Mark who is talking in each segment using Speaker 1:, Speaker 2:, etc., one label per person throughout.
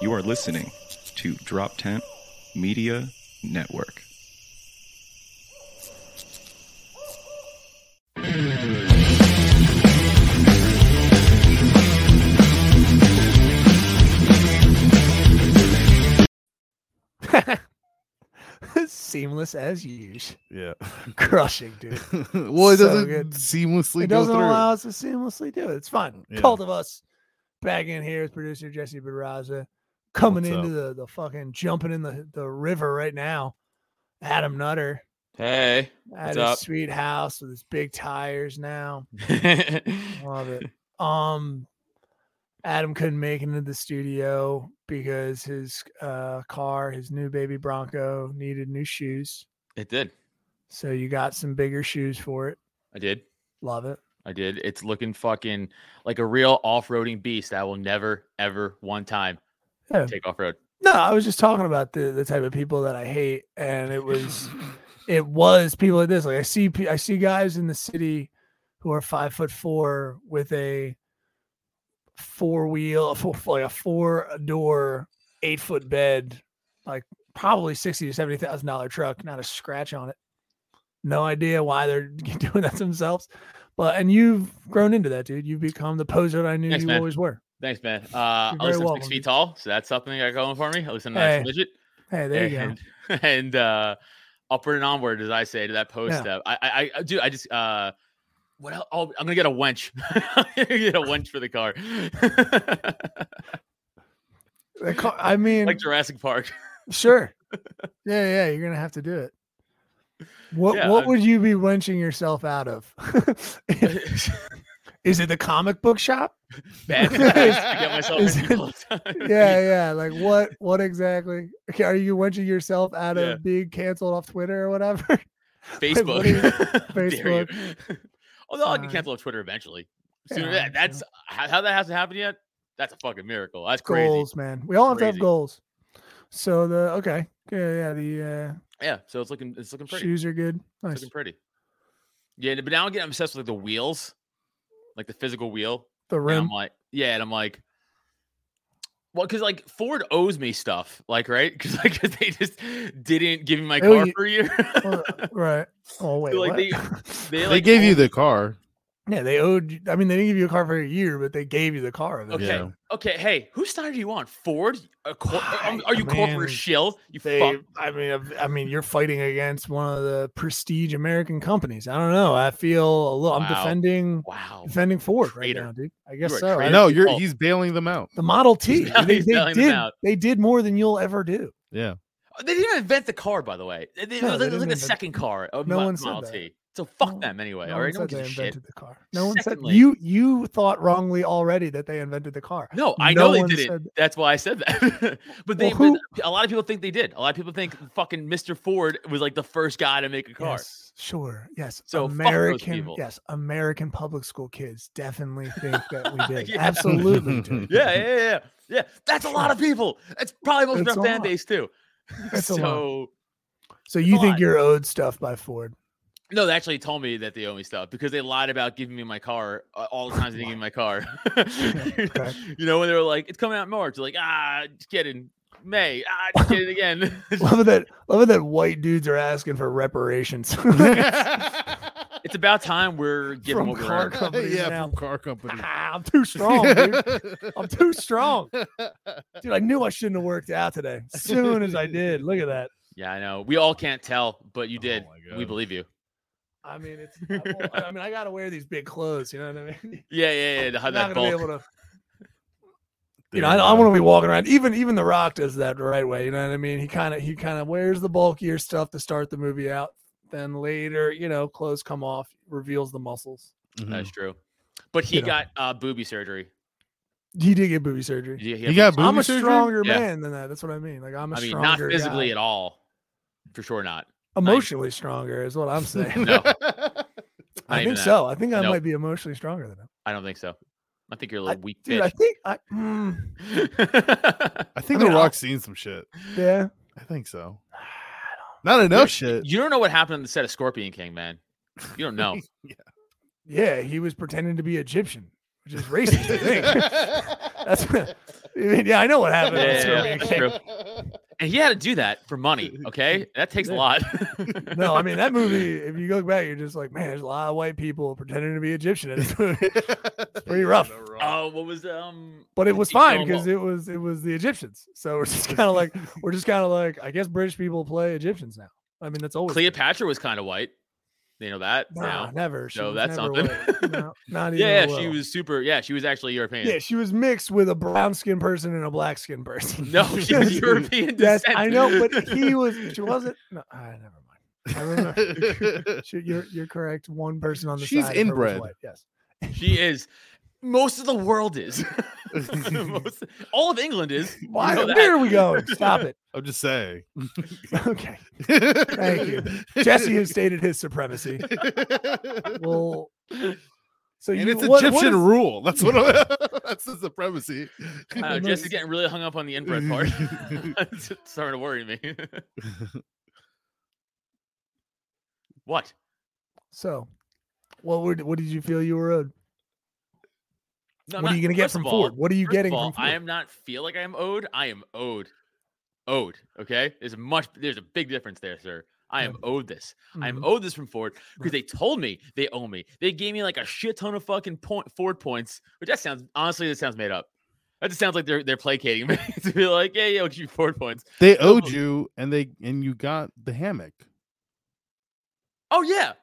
Speaker 1: You are listening to Drop Tent Media Network.
Speaker 2: Seamless as usual.
Speaker 3: Yeah.
Speaker 2: Crushing, dude.
Speaker 3: well, it
Speaker 2: So
Speaker 3: doesn't
Speaker 2: good.
Speaker 3: seamlessly
Speaker 2: it
Speaker 3: go
Speaker 2: doesn't
Speaker 3: through.
Speaker 2: allow us to seamlessly do it. It's fun.
Speaker 3: Yeah.
Speaker 2: Cult of Us back in here is producer Jesse Barraza coming
Speaker 3: What's
Speaker 2: into the, the fucking jumping in the, the river right now. Adam Nutter
Speaker 4: Hey.
Speaker 2: at
Speaker 4: What's
Speaker 2: his
Speaker 4: up?
Speaker 2: sweet house with his big tires now. Love it. Um, Adam couldn't make it into the studio because his uh, car, his new baby Bronco, needed new shoes.
Speaker 4: It did.
Speaker 2: So you got some bigger shoes for it.
Speaker 4: I did.
Speaker 2: Love it.
Speaker 4: I did. It's looking fucking like a real off-roading beast. I will never, ever one time
Speaker 2: Yeah.
Speaker 4: take off-road.
Speaker 2: No, I was just talking about the the type of people that I hate, and it was it was people like this. Like I see pe- I see guys in the city who are five foot four with a four wheel, four, like a four door, eight foot bed, like probably sixty to seventy thousand dollar truck, not a scratch on it. No idea why they're doing that to themselves, but and you've grown into that, dude. You've become the poser that I knew
Speaker 4: Thanks,
Speaker 2: you
Speaker 4: man.
Speaker 2: always were.
Speaker 4: Thanks, man. Uh,
Speaker 2: You're very
Speaker 4: at least I'm
Speaker 2: welcome,
Speaker 4: six
Speaker 2: dude.
Speaker 4: feet tall, so that's something I got going for me. At least I'm not
Speaker 2: Hey,
Speaker 4: a midget.
Speaker 2: Hey, there you go.
Speaker 4: and, And uh, upward and onward, as I say to that post.
Speaker 2: Yeah.
Speaker 4: Uh, I, I, I, dude, I just, uh, what else? Oh, I'm gonna get a wench. I'm gonna get a wench for the car,
Speaker 2: The car- I mean,
Speaker 4: like Jurassic Park.
Speaker 2: Sure. yeah, yeah, you're gonna have to do it. What
Speaker 4: Yeah,
Speaker 2: what
Speaker 4: I-
Speaker 2: would you be wrenching yourself out of? Is it the comic book shop?
Speaker 4: Bad place to get myself
Speaker 2: Is
Speaker 4: in
Speaker 2: it-
Speaker 4: all the time.
Speaker 2: Yeah, yeah. Like what what exactly? Okay, are you wrenching yourself out
Speaker 4: Yeah.
Speaker 2: of being canceled off Twitter or whatever?
Speaker 4: Facebook.
Speaker 2: what do you-
Speaker 4: How dare you. Although I'll
Speaker 2: Uh,
Speaker 4: get canceled on Twitter eventually.
Speaker 2: yeah,
Speaker 4: Sooner
Speaker 2: I'm
Speaker 4: that, that's how, how that hasn't happened yet. That's a fucking miracle. That's crazy.
Speaker 2: goals, man. We all have to have
Speaker 4: Crazy.
Speaker 2: goals. So the okay. Yeah, yeah. The
Speaker 4: Yeah. So it's looking it's looking
Speaker 2: uh,
Speaker 4: pretty.
Speaker 2: shoes are good.
Speaker 4: It's
Speaker 2: Nice.
Speaker 4: looking pretty. Yeah, but now I'm getting obsessed with like the wheels, like the physical wheel.
Speaker 2: The
Speaker 4: And
Speaker 2: rim.
Speaker 4: I'm like, yeah, and I'm like, well, because like Ford owes me stuff, like right, because like 'cause they just didn't give me my
Speaker 2: Oh,
Speaker 4: car
Speaker 2: you-
Speaker 4: for a year.
Speaker 2: Well, right. Oh wait.
Speaker 4: like,
Speaker 2: what?
Speaker 4: they-
Speaker 3: They
Speaker 4: like,
Speaker 3: gave you
Speaker 4: owe-
Speaker 3: the car.
Speaker 2: yeah, they owed. you- I mean, they didn't give you a car for a year, but they gave you the car. eventually.
Speaker 4: Okay.
Speaker 3: Yeah.
Speaker 4: Okay. Hey, whose side do you want? Ford? A cor- are-
Speaker 2: Why,
Speaker 4: are you
Speaker 2: man,
Speaker 4: corporate shill? You
Speaker 2: they
Speaker 4: fuck.
Speaker 2: i mean I've- i mean you're fighting against one of the prestige american companies i don't know i feel a little i'm
Speaker 4: Wow.
Speaker 2: defending
Speaker 4: Wow.
Speaker 2: defending ford right
Speaker 4: Traitor.
Speaker 2: now dude i guess
Speaker 4: are a
Speaker 2: so I-
Speaker 4: traitor.
Speaker 3: No, you're
Speaker 4: Oh.
Speaker 3: he's bailing them out.
Speaker 2: the model t
Speaker 4: He's
Speaker 2: they,
Speaker 4: selling
Speaker 2: they
Speaker 4: them
Speaker 2: did
Speaker 4: out.
Speaker 2: they did more than you'll ever do
Speaker 3: Yeah.
Speaker 4: They didn't invent the car, by the way. It, it
Speaker 2: No,
Speaker 4: was
Speaker 2: they
Speaker 4: like,
Speaker 2: didn't
Speaker 4: it was like a
Speaker 2: invent-
Speaker 4: second car. Of
Speaker 2: No
Speaker 4: Mo-
Speaker 2: one said
Speaker 4: Model
Speaker 2: that.
Speaker 4: T. So fuck them anyway.
Speaker 2: No
Speaker 4: all
Speaker 2: one
Speaker 4: right, no one
Speaker 2: said they
Speaker 4: gives a shit.
Speaker 2: invented the car. No one said
Speaker 4: Secondly-
Speaker 2: you. You thought wrongly already that they invented the car.
Speaker 4: No, I
Speaker 2: No
Speaker 4: know
Speaker 2: one
Speaker 4: they did
Speaker 2: said-
Speaker 4: it. That's why I said that. but they,
Speaker 2: Well,
Speaker 4: but
Speaker 2: who-
Speaker 4: a lot of people think they did. A lot of people think fucking Mr. Ford was like the first guy to make a car.
Speaker 2: Yes, sure. Yes.
Speaker 4: So fuck those
Speaker 2: American.
Speaker 4: people.
Speaker 2: Yes, American public school kids definitely think that we did.
Speaker 4: Yeah.
Speaker 2: Absolutely. do.
Speaker 4: Yeah, yeah, yeah, yeah, yeah. That's a lot of people. That's probably most
Speaker 2: It's
Speaker 4: of
Speaker 2: a
Speaker 4: our fan
Speaker 2: lot.
Speaker 4: base too.
Speaker 2: That's a lot.
Speaker 4: so
Speaker 2: So you
Speaker 4: a
Speaker 2: think
Speaker 4: lot.
Speaker 2: you're owed stuff by Ford?
Speaker 4: no, they actually told me that they owe me stuff because they lied about giving me my car uh, all the times they didn't give me my car.
Speaker 2: okay.
Speaker 4: You know when they were like, "It's coming out in March," they're like, "Ah, just kidding." May ah, just kidding again.
Speaker 2: Love it that. Love it that white dudes are asking for reparations.
Speaker 4: it's about time we're giving
Speaker 2: From
Speaker 4: what we're
Speaker 2: car
Speaker 4: earned.
Speaker 2: companies
Speaker 3: yeah,
Speaker 2: now.
Speaker 3: from car company.
Speaker 2: Ah, I'm too strong, dude. I'm too strong. Dude, I knew I shouldn't have worked out today. Soon as I did, look at that.
Speaker 4: Yeah, I know. We all can't tell, but you
Speaker 3: Oh
Speaker 4: did.
Speaker 3: my
Speaker 4: we
Speaker 3: God.
Speaker 4: believe you.
Speaker 2: I mean, it's. I, won't- I mean, I gotta wear these big clothes. You know what I mean?
Speaker 4: Yeah, yeah, yeah. to hide
Speaker 2: I'm not
Speaker 4: that
Speaker 2: gonna
Speaker 4: bulk.
Speaker 2: be able to. You know, I, I want to be walking around. Even even The Rock does that the right way. You know what I mean? He kind of he kind of wears the bulkier stuff to start the movie out. Then later, you know, clothes come off, reveals the muscles.
Speaker 3: Mm-hmm.
Speaker 4: That's true. But he
Speaker 2: Mm-hmm. You know.
Speaker 4: got uh, booby surgery.
Speaker 2: He did get booby surgery.
Speaker 4: He, he had
Speaker 3: You got
Speaker 4: booby-
Speaker 3: boob
Speaker 2: I'm a
Speaker 3: surgery?
Speaker 2: stronger
Speaker 4: Yeah.
Speaker 2: man than that. That's what I mean. Like I'm a
Speaker 4: I mean, not
Speaker 2: stronger,
Speaker 4: physically
Speaker 2: guy.
Speaker 4: at all. For sure not.
Speaker 2: emotionally stronger is what I'm saying.
Speaker 4: No, not
Speaker 2: I
Speaker 4: even
Speaker 2: think
Speaker 4: that.
Speaker 2: so. I think I
Speaker 4: Nope.
Speaker 2: might be emotionally stronger than him.
Speaker 4: I don't think so. I think you're a little weak
Speaker 2: Dude, I think I. Mm,
Speaker 4: bitch.
Speaker 3: I
Speaker 2: I mean,
Speaker 3: think The
Speaker 2: I'll-
Speaker 3: Rock's seen some shit.
Speaker 2: yeah.
Speaker 3: I think so. Not enough shit.
Speaker 4: you don't know what happened on the set of Scorpion King, man. You don't know.
Speaker 2: Yeah, he was pretending to be Egyptian, which is racist. I think. That's what, I mean, yeah, I know what happened. on
Speaker 4: Yeah,
Speaker 2: Scorpion
Speaker 4: yeah,
Speaker 2: King.
Speaker 4: true. and he had to do that for money. Okay, that takes a lot.
Speaker 2: No, I mean that movie. If you look back, you're just like, man, there's a lot of white people pretending to be Egyptian in this movie. pretty rough.
Speaker 4: Oh, what was um?
Speaker 2: But it was
Speaker 4: Keep
Speaker 2: fine
Speaker 4: going,
Speaker 2: because
Speaker 4: Walt.
Speaker 2: it was it was the Egyptians. So we're just kind of like we're just kind of like I guess British people play Egyptians now. I mean that's always been-
Speaker 4: Cleopatra was kind of white. You know that?
Speaker 2: Nah,
Speaker 4: now.
Speaker 2: never. She
Speaker 4: No,
Speaker 2: was
Speaker 4: that's
Speaker 2: never
Speaker 4: something.
Speaker 2: white. No, not even.
Speaker 4: Yeah,
Speaker 2: a
Speaker 4: yeah, she
Speaker 2: little.
Speaker 4: was super. Yeah, she was actually European.
Speaker 2: Yeah, she was mixed with a brown skinned person and a black skinned person.
Speaker 4: No, she
Speaker 2: Yes,
Speaker 4: was European
Speaker 2: Yes,
Speaker 4: descent.
Speaker 2: I know, but he was. She wasn't. No, I never mind. I remember. She- you're you're correct. One person on the
Speaker 3: She's
Speaker 2: side. of her was
Speaker 3: inbred.
Speaker 2: white, Yes.
Speaker 4: she is. Most of the world is.
Speaker 2: Um,
Speaker 4: Most, all of England is. You
Speaker 2: Why?
Speaker 4: know that.
Speaker 2: where are we going? Stop it.
Speaker 3: I'm just saying.
Speaker 2: Okay.
Speaker 3: Thank
Speaker 2: you. Jesse has stated his supremacy. Well, so
Speaker 3: and
Speaker 2: you,
Speaker 3: it's
Speaker 2: what, what
Speaker 3: Egyptian
Speaker 2: is-
Speaker 3: rule. That's what. that's the supremacy.
Speaker 4: I
Speaker 2: Uh,
Speaker 4: don't know, Jesse's Oh, getting really hung up on the inbred part. it's starting to worry me. what?
Speaker 2: So, what were, what did you feel you were owed?
Speaker 4: No, I'm
Speaker 2: what are
Speaker 4: not-
Speaker 2: you going to get
Speaker 4: first
Speaker 2: from
Speaker 4: of all-
Speaker 2: Ford? What are you
Speaker 4: first of
Speaker 2: getting
Speaker 4: all,
Speaker 2: from Ford?
Speaker 4: I am not feel like I am owed. I am owed. Owed. Okay. There's a much there's a big difference there, sir. I am owed this. I am
Speaker 2: Mhm.
Speaker 4: owed this from Ford
Speaker 2: Right.
Speaker 4: because they told me they owe me. They gave me like a shit ton of fucking point Ford points, which that sounds honestly that sounds made up. That just sounds like they're they're placating me to be like, yeah, yeah, I'll give you Ford points.
Speaker 3: They
Speaker 2: Oh.
Speaker 3: owed you, and they and you got the hammock.
Speaker 4: Oh yeah.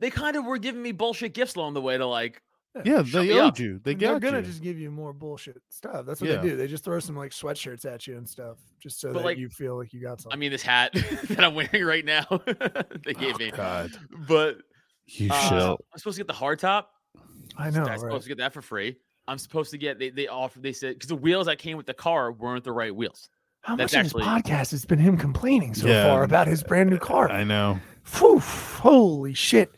Speaker 4: They kind of were giving me bullshit gifts along the way to like
Speaker 3: Yeah,
Speaker 4: Shut
Speaker 3: they
Speaker 4: me
Speaker 3: owed
Speaker 4: up.
Speaker 3: you. They
Speaker 2: They're
Speaker 3: got
Speaker 2: gonna
Speaker 3: you.
Speaker 2: just give you more bullshit stuff. That's what
Speaker 3: Yeah.
Speaker 2: they do. They just throw some like sweatshirts at you and stuff, just so
Speaker 4: But,
Speaker 2: that
Speaker 4: like,
Speaker 2: you feel like you got something.
Speaker 4: I mean this hat that I'm wearing right now. they gave me.
Speaker 3: God,
Speaker 4: But
Speaker 3: you
Speaker 4: uh, I'm supposed to get the hard top.
Speaker 2: I know.
Speaker 4: I'm
Speaker 2: Right?
Speaker 4: supposed to get that for free. I'm supposed to get they they offer they said because the wheels that came with the car weren't the right wheels.
Speaker 2: How
Speaker 4: that's
Speaker 2: much of this
Speaker 4: actually-
Speaker 2: podcast has been him complaining so
Speaker 3: Yeah. uh,
Speaker 2: far about his brand new car?
Speaker 3: I know.
Speaker 2: Phew, holy shit!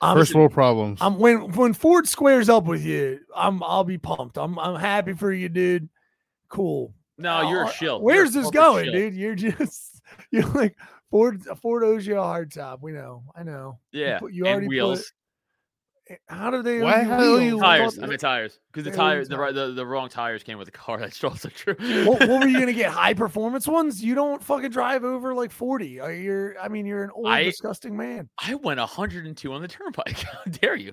Speaker 2: I'm,
Speaker 3: First world problems.
Speaker 2: I'm when when Ford squares up with you, I'm I'll be pumped. I'm I'm happy for you, dude. Cool.
Speaker 4: No, you're
Speaker 2: Uh,
Speaker 4: a shill. You're a
Speaker 2: Where's this
Speaker 4: corporate
Speaker 2: going,
Speaker 4: shill.
Speaker 2: dude? You're just you're like Ford Ford owes you a hard top. We know. I know.
Speaker 4: Yeah,
Speaker 2: put- you
Speaker 4: and
Speaker 2: already put
Speaker 4: wheels,
Speaker 2: How do they? owe
Speaker 3: Why
Speaker 2: you
Speaker 3: how do
Speaker 2: wheels?
Speaker 3: you-
Speaker 2: I
Speaker 4: tires.
Speaker 2: thought-
Speaker 4: I mean tires because the
Speaker 2: They owe you
Speaker 4: tires the, right the the wrong tires came with the car. That's also true.
Speaker 2: what, what were you gonna get? High performance ones? You don't fucking drive over like forty. Uh, You're, I mean, you're an old
Speaker 4: I-
Speaker 2: disgusting man.
Speaker 4: I went 102 on the turnpike. How dare you?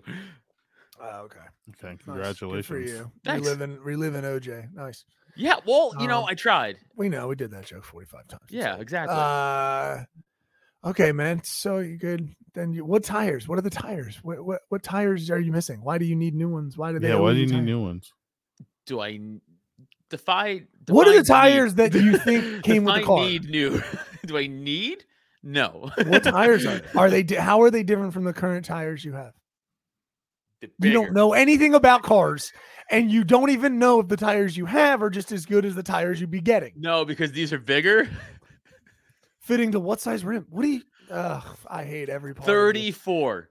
Speaker 2: Oh, okay.
Speaker 3: okay,
Speaker 2: Nice. Good
Speaker 3: congratulations.
Speaker 2: for you.
Speaker 4: Thanks.
Speaker 2: Reliving, reliving OJ. Nice.
Speaker 4: Yeah, well, you know,
Speaker 2: Um,
Speaker 4: I tried.
Speaker 2: We know we did that joke forty-five times. It's
Speaker 4: Yeah,
Speaker 2: fine.
Speaker 4: exactly.
Speaker 2: Uh, okay, man. So you good? Then you, what tires? What are the tires? What, what what tires are you missing? Why do you need new ones? Why do they?
Speaker 3: Yeah,
Speaker 2: owe
Speaker 3: why do you
Speaker 2: tires?
Speaker 3: need new ones?
Speaker 4: Do I n- defy?
Speaker 2: What are the
Speaker 4: define
Speaker 2: tires that you think came with the
Speaker 4: define
Speaker 2: car?
Speaker 4: Need new? Do I need? No.
Speaker 2: What tires are are they? di- How are they different from the current tires you have?
Speaker 4: The
Speaker 2: You
Speaker 4: bigger-
Speaker 2: don't know anything about cars, and you don't even know if the tires you have are just as good as the tires you'd be getting.
Speaker 4: No, because these are bigger.
Speaker 2: Fitting to what size rim? What do you? Ugh, I hate every part. of you.
Speaker 4: 34.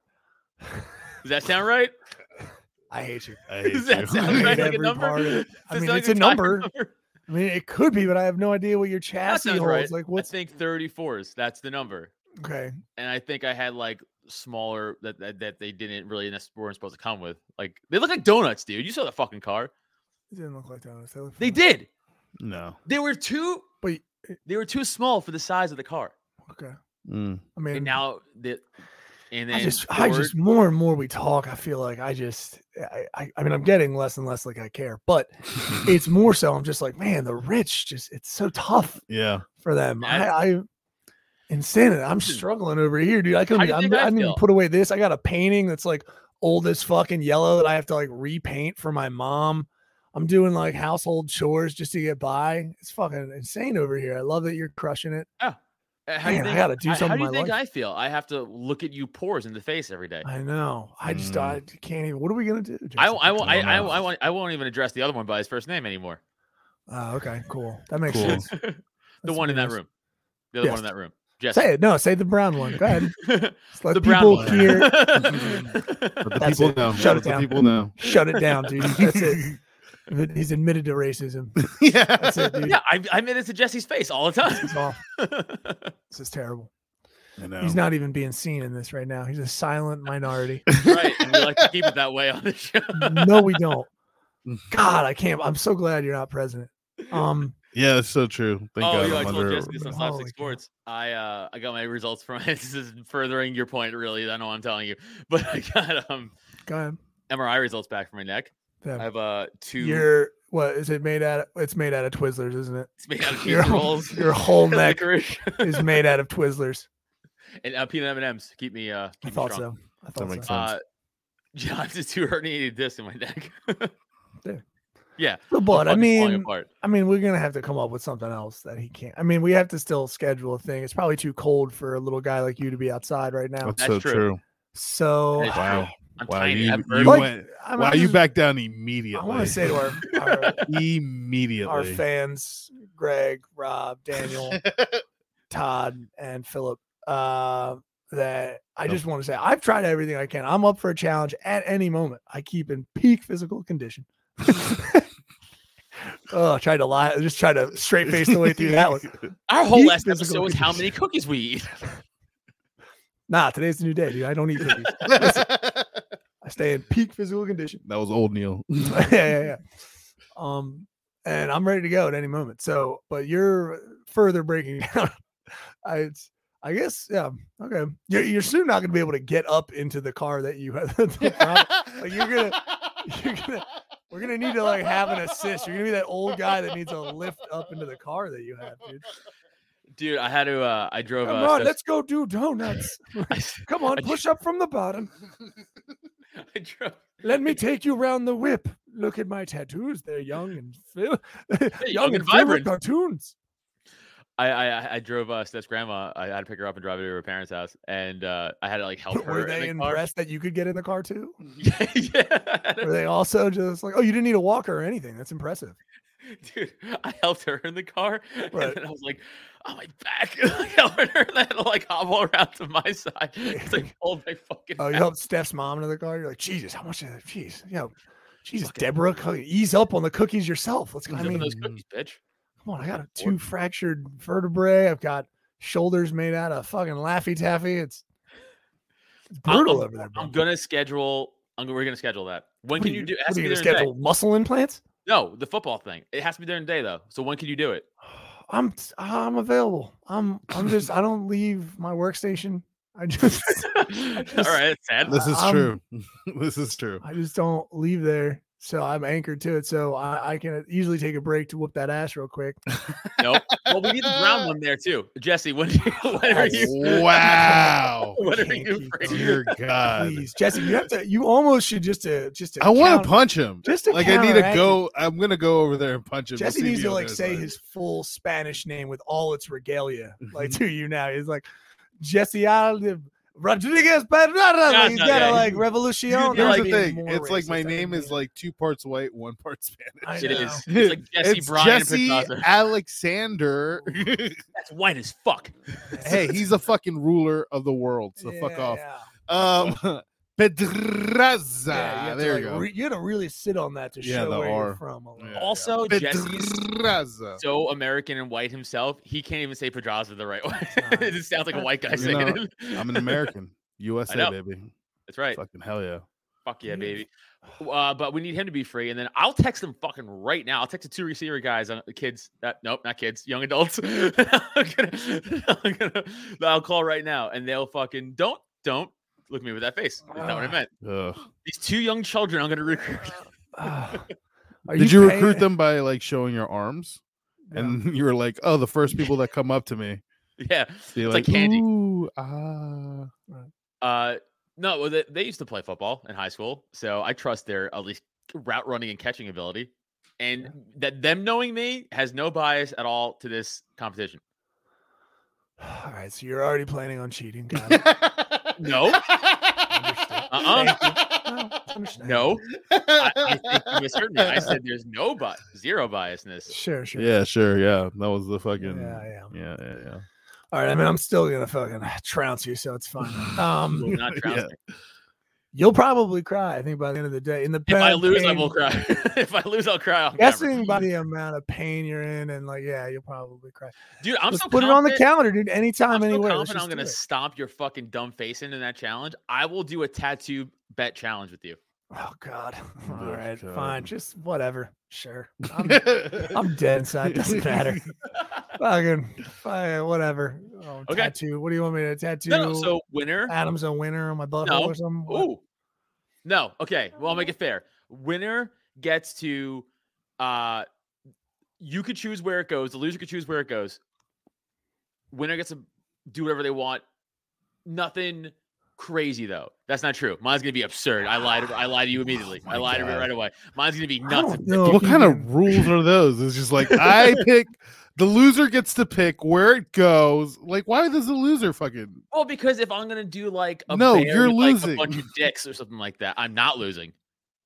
Speaker 4: Does that sound right?
Speaker 2: I hate you.
Speaker 3: I
Speaker 4: Does that
Speaker 3: you.
Speaker 2: I
Speaker 4: sound right
Speaker 2: hate
Speaker 4: like a
Speaker 2: every
Speaker 4: number?
Speaker 2: part of it.
Speaker 4: Does
Speaker 2: I
Speaker 4: that
Speaker 2: mean,
Speaker 4: sound
Speaker 2: it's
Speaker 4: like
Speaker 2: a
Speaker 4: tire
Speaker 2: number. I mean, it could be, but I have no idea what your
Speaker 4: That
Speaker 2: chassis
Speaker 4: sounds
Speaker 2: holds.
Speaker 4: right.
Speaker 2: Like
Speaker 4: I
Speaker 2: what's
Speaker 4: think 34s. That's the number.
Speaker 2: okay?
Speaker 4: and I think I had like smaller that that, that they didn't really nes- weren't supposed to come with. Like they look like donuts, dude. You saw the fucking car.
Speaker 2: It didn't look like donuts. They, looked
Speaker 4: They
Speaker 2: fine.
Speaker 4: did.
Speaker 3: No.
Speaker 4: They were too.
Speaker 2: But
Speaker 4: They were too small for the size of the car.
Speaker 2: okay.
Speaker 3: Mm.
Speaker 2: I mean,
Speaker 4: And now the and then
Speaker 2: I just, I
Speaker 4: Ford-
Speaker 2: just, more and more we talk, I feel like I just, I, I, I mean, I'm getting less and less like I care, but it's more so. I'm just like, man, the rich just, it's so tough
Speaker 3: Yeah.
Speaker 2: for them.
Speaker 4: Yeah,
Speaker 2: I, I insanity. I'm
Speaker 4: Listen.
Speaker 2: struggling over here, dude. I couldn't,
Speaker 4: Hmm. How do
Speaker 2: be- I'm,
Speaker 4: you think I
Speaker 2: I didn't even
Speaker 4: feel?
Speaker 2: put away this. I got a painting that's like old as fucking yellow that I have to like repaint for my mom. I'm doing like household chores just to get by. It's fucking insane over here. I love that you're crushing it.
Speaker 4: uh, how do you
Speaker 2: man, I
Speaker 4: think,
Speaker 2: gotta do
Speaker 4: how-
Speaker 2: something
Speaker 4: How
Speaker 2: in
Speaker 4: do you
Speaker 2: my
Speaker 4: think
Speaker 2: life.
Speaker 4: I feel? I have to look at you pores in the face every day.
Speaker 2: I know. I just,
Speaker 3: Mm.
Speaker 2: I can't even. What are we gonna do?
Speaker 4: I
Speaker 2: Jason?
Speaker 4: won't- I won't I,
Speaker 3: don't
Speaker 4: I,
Speaker 3: know.
Speaker 4: I won't I won't even address the other one by his first name anymore.
Speaker 2: Oh, okay, cool. That makes
Speaker 3: Cool.
Speaker 2: sense.
Speaker 4: the
Speaker 2: That's
Speaker 4: one in that
Speaker 2: nice.
Speaker 4: room. The other one in
Speaker 2: Yes.
Speaker 4: that room. Jess.
Speaker 2: Say it. No, say the brown one. Go ahead. Just let
Speaker 4: the brown
Speaker 2: people
Speaker 4: one.
Speaker 2: hear.
Speaker 3: But the
Speaker 2: That's
Speaker 3: people
Speaker 2: it.
Speaker 3: know.
Speaker 2: Shut it
Speaker 3: But the
Speaker 2: down.
Speaker 3: people know.
Speaker 2: Shut it down, dude. That's it. But He's admitted to racism.
Speaker 3: yeah.
Speaker 2: That's it, dude.
Speaker 4: Yeah, I, I made it to Jesse's face all the
Speaker 2: This is awful.
Speaker 4: time.
Speaker 2: This is terrible.
Speaker 3: I know.
Speaker 2: He's not even being seen in this right now. He's a silent minority.
Speaker 4: right, and we like to keep it that way on the show.
Speaker 2: no, we don't. God, I can't. I'm so glad you're not president. Um,
Speaker 3: Yeah, that's so true. Thank
Speaker 4: oh,
Speaker 3: God.
Speaker 4: yeah, I
Speaker 3: I'm
Speaker 4: told
Speaker 3: under-
Speaker 4: Jessica this on Slapstick
Speaker 2: Holy cow.
Speaker 4: Sports. I uh, I got my results from this is furthering your point. Really, I know I'm telling you, but I got um
Speaker 2: go ahead.
Speaker 4: MRI results back for my neck.
Speaker 2: Deb.
Speaker 4: I have uh two.
Speaker 2: Your what is it made out? Of, it's made out of Twizzlers, isn't it?
Speaker 4: it's made out of cheese
Speaker 2: Your whole,
Speaker 4: rolls,
Speaker 2: your whole neck
Speaker 4: licorice,
Speaker 2: is made out of Twizzlers.
Speaker 4: and uh, peanut M M's. Keep me uh
Speaker 2: I
Speaker 4: keep me
Speaker 2: thought
Speaker 4: strong.
Speaker 2: so. I thought
Speaker 3: makes
Speaker 2: so.
Speaker 3: sense.
Speaker 4: Uh, yeah, I just two herniated discs in my neck.
Speaker 2: Yeah.
Speaker 4: Yeah,
Speaker 2: But I
Speaker 4: fucking falling
Speaker 2: mean,
Speaker 4: apart.
Speaker 2: I mean, we're gonna have to come up with something else that he can't. I mean, we have to still schedule a thing. It's probably too cold for a little guy like you to be outside right now.
Speaker 3: That's
Speaker 4: That's
Speaker 3: so
Speaker 4: true.
Speaker 3: true.
Speaker 2: So,
Speaker 4: That's
Speaker 3: Wow.
Speaker 4: I'm
Speaker 3: Wow.
Speaker 4: tiny.
Speaker 3: You,
Speaker 4: I'm
Speaker 3: you
Speaker 4: vertical.
Speaker 2: Like,
Speaker 3: went,
Speaker 2: I,
Speaker 3: wow,
Speaker 2: mean,
Speaker 3: you
Speaker 2: I
Speaker 3: back down
Speaker 2: just-
Speaker 3: immediately.
Speaker 2: I want to say to our our,
Speaker 3: immediately.
Speaker 2: our fans, Greg, Rob, Daniel, Todd, and Philip, uh, that
Speaker 3: Oh.
Speaker 2: I just want to say I've tried everything I can. I'm up for a challenge at any moment. I keep in peak physical condition. oh, I tried to lie. I just tried to straight face the way through that one.
Speaker 4: Our whole
Speaker 2: Eat
Speaker 4: last
Speaker 2: physical
Speaker 4: episode was how
Speaker 2: cookies.
Speaker 4: many cookies we eat.
Speaker 2: Nah, today's a new day, dude. I don't eat cookies.
Speaker 3: that
Speaker 2: I stay in peak physical condition.
Speaker 3: was old Neil.
Speaker 2: yeah, yeah, yeah. Um, and I'm ready to go at any moment. So, but you're further breaking down. I, it's, I guess, yeah, okay. You're, you're soon not gonna be able to get up into the car that you have. like you're gonna, you're gonna, we're gonna need to like have an assist. You're gonna be that old guy that needs a lift up into the car that you have, dude.
Speaker 4: Dude, I had to. Uh, I drove.
Speaker 2: Come
Speaker 4: Uh,
Speaker 2: on,
Speaker 4: Steph-
Speaker 2: let's go do donuts.
Speaker 4: I s-
Speaker 2: Come on,
Speaker 4: I ju-
Speaker 2: push up from the bottom.
Speaker 4: I drove.
Speaker 2: Let me take you round the whip. Look at my tattoos. They're young and fill,
Speaker 4: young and
Speaker 2: filled with
Speaker 4: vibrant.
Speaker 2: cartoons.
Speaker 4: I I, I- I drove uh, Steph's grandma. I had to pick her up and drive her to her parents' house, and uh, I had to like help her.
Speaker 2: Were they
Speaker 4: in the car.
Speaker 2: impressed that you could get in the car too?
Speaker 4: yeah, yeah.
Speaker 2: Were they also just like, oh, you didn't need a walker or anything? That's impressive.
Speaker 4: dude, I helped her in the car,
Speaker 2: Right.
Speaker 4: and then I was like, "Oh my back!" like helping her, and then I like hobble around to my side. It's like hold my fucking.
Speaker 2: Oh, you
Speaker 4: back.
Speaker 2: helped Steph's mom into the car. You're like, Jesus, how much is that? Jeez, you know, Jesus, Deborah, co- ease up on the cookies yourself. Let's go. I
Speaker 4: Who's up in
Speaker 2: mean,
Speaker 4: those
Speaker 2: come
Speaker 4: cookies, bitch.
Speaker 2: on, I got a
Speaker 4: Lord.
Speaker 2: two fractured vertebrae. I've got shoulders made out of fucking laffy taffy. It's, it's
Speaker 4: I'm-
Speaker 2: brutal
Speaker 4: I'm,
Speaker 2: over there.
Speaker 4: I'm
Speaker 2: bro.
Speaker 4: gonna schedule. I'm gonna, we're gonna schedule that. When
Speaker 2: What
Speaker 4: can
Speaker 2: are
Speaker 4: you, do? Ask
Speaker 2: What are you
Speaker 4: me
Speaker 2: gonna
Speaker 4: during the day.
Speaker 2: schedule muscle implants?
Speaker 4: No, the football thing. It has to be during the day though. So when can you do it?
Speaker 2: I'm uh, I'm available. I'm I'm just I don't leave my workstation. I just
Speaker 4: All
Speaker 2: just-
Speaker 4: right, it's sad.
Speaker 3: This is
Speaker 2: Um,
Speaker 3: true. this is true.
Speaker 2: I just don't leave there. So I'm anchored to it. So I, I can easily take a break to whoop that ass real quick.
Speaker 4: Nope. Well, we need the brown one there too, Jesse. When, when are you?
Speaker 3: Oh, Wow.
Speaker 4: When are
Speaker 2: Can't
Speaker 4: you
Speaker 2: keep
Speaker 4: free?
Speaker 2: going.
Speaker 3: Dear God.
Speaker 2: Please, Jesse, you have to. You almost should just to just. To
Speaker 3: I want
Speaker 2: counter-
Speaker 3: to punch him.
Speaker 2: Just to
Speaker 3: like I need to
Speaker 2: counteract it.
Speaker 3: go. I'm gonna go over there and punch him. We'll
Speaker 2: Jesse
Speaker 3: see
Speaker 2: needs
Speaker 3: me
Speaker 2: to
Speaker 3: on
Speaker 2: like
Speaker 3: the
Speaker 2: say
Speaker 3: other Mm-hmm.
Speaker 2: his full Spanish name with all its regalia, like to you now. He's like, Jesse Alden, Rodriguez Pedraza.
Speaker 4: Yeah,
Speaker 2: He's
Speaker 4: no,
Speaker 2: got to
Speaker 4: yeah.
Speaker 2: like
Speaker 3: Here-
Speaker 2: revolution.
Speaker 3: Here's
Speaker 4: like
Speaker 3: the
Speaker 4: being
Speaker 3: thing. It's like my name is like two parts white, one part
Speaker 2: I
Speaker 3: Spanish.
Speaker 4: It
Speaker 2: know.
Speaker 4: is. It's like Jesse
Speaker 3: It's
Speaker 4: Bryan
Speaker 3: Jesse
Speaker 4: Pedraza.
Speaker 3: Alexander.
Speaker 4: That's white as fuck.
Speaker 3: hey, he's a fucking ruler of the world. So fuck off.
Speaker 2: Yeah,
Speaker 3: Um, Pedraza.
Speaker 2: Yeah, have to,
Speaker 3: there
Speaker 2: like,
Speaker 3: you go.
Speaker 2: re- you gotta really sit on that to
Speaker 3: Yeah,
Speaker 2: show
Speaker 3: the
Speaker 2: where you're
Speaker 3: R.
Speaker 2: from. a little.
Speaker 3: Yeah.
Speaker 4: Also, Jesse's
Speaker 3: Pedraza.
Speaker 4: so American and white himself, he can't even say Pedraza the right way. it just sounds like a white guy
Speaker 3: You
Speaker 4: saying
Speaker 3: know,
Speaker 4: it.
Speaker 3: I'm an American. USA,
Speaker 4: know.
Speaker 3: baby.
Speaker 4: That's right.
Speaker 3: Fucking hell yeah.
Speaker 4: Fuck yeah, baby. Uh, but we need him to be free, and then I'll text them fucking right now. I'll text the two receiver guys, on kids. That nope, not kids, young adults. I'm gonna- I'm gonna- I'll call right now, and they'll fucking don't don't look at me with that face. That's not what I
Speaker 2: Ah.
Speaker 4: meant.
Speaker 3: Ugh.
Speaker 4: These two young children, I'm gonna recruit.
Speaker 2: Ah. Are
Speaker 3: Did you,
Speaker 2: paying-
Speaker 3: recruit them by like showing your arms?
Speaker 2: Yeah.
Speaker 3: And you were like, oh, the first people that come up to me,
Speaker 4: Yeah,
Speaker 3: they're
Speaker 4: It's
Speaker 3: like,
Speaker 4: like candy.
Speaker 3: ooh, ah.
Speaker 4: Uh, no, well, they, they used to play football in high school, so I trust their at least route running and catching ability, and that them knowing me has no bias at all to this competition.
Speaker 2: All right, so you're already planning on cheating. Got it.
Speaker 4: No,
Speaker 2: Thank you.
Speaker 4: uh-uh.
Speaker 2: No, it's understandable.
Speaker 4: no, I, I think you misheard me. I said there's no bi- zero biasness.
Speaker 2: Sure, sure.
Speaker 3: yeah, sure. Yeah. That was the fucking.
Speaker 2: Yeah,
Speaker 3: Yeah,
Speaker 2: yeah.
Speaker 3: yeah, yeah.
Speaker 2: All right, I mean, I'm still gonna fucking trounce you, so it's fine. Um,
Speaker 4: You will not drown
Speaker 3: Yeah.
Speaker 4: me.
Speaker 2: You'll probably cry. I think by the end of the day, in the
Speaker 4: If I
Speaker 2: amount of
Speaker 4: lose, I
Speaker 2: pain-
Speaker 4: will cry. if I lose, I'll cry. On
Speaker 2: Guessing
Speaker 4: camera.
Speaker 2: by the amount of pain you're in, and like, yeah, you'll probably cry.
Speaker 4: dude, I'm
Speaker 2: Let's
Speaker 4: so
Speaker 2: put it on the
Speaker 4: confident-
Speaker 2: calendar, dude. Anytime,
Speaker 4: I'm so
Speaker 2: anywhere. let's
Speaker 4: confident I'm
Speaker 2: just do
Speaker 4: gonna
Speaker 2: it.
Speaker 4: stomp your fucking dumb face into that challenge. I will do a tattoo bet challenge with you.
Speaker 2: Oh God. All
Speaker 3: Oh,
Speaker 2: right,
Speaker 3: God.
Speaker 2: fine. Just whatever. Sure. I'm,
Speaker 3: yeah.
Speaker 2: I'm dead inside. Doesn't matter. Fucking fine, whatever. Oh,
Speaker 4: Okay.
Speaker 2: Tattoo. What do you want me to tattoo?
Speaker 4: No, no, so winner.
Speaker 2: Adam's a winner on my butthole
Speaker 4: No.
Speaker 2: or
Speaker 3: Mm,
Speaker 2: something. What?
Speaker 4: Ooh. No, okay. Well, I'll make it fair. Winner gets to uh you could choose where it goes, the loser could choose where it goes. Winner gets to do whatever they want. Nothing crazy though. That's not true. Mine's gonna be absurd. I lied I lied to you immediately.
Speaker 3: Oh my
Speaker 4: I lied to you
Speaker 3: God.
Speaker 4: right away. Mine's gonna be
Speaker 2: I don't
Speaker 4: nothing.
Speaker 2: know
Speaker 3: what
Speaker 2: if you
Speaker 3: kind
Speaker 2: can-
Speaker 3: of rules are those? It's just like, I pick, the loser gets to pick where it goes. Like, why does the loser fucking.
Speaker 4: Well, because if I'm gonna do like a
Speaker 3: No,
Speaker 4: bear
Speaker 3: you're
Speaker 4: with,
Speaker 3: losing.
Speaker 4: like, a bunch of dicks or something like that, I'm not losing.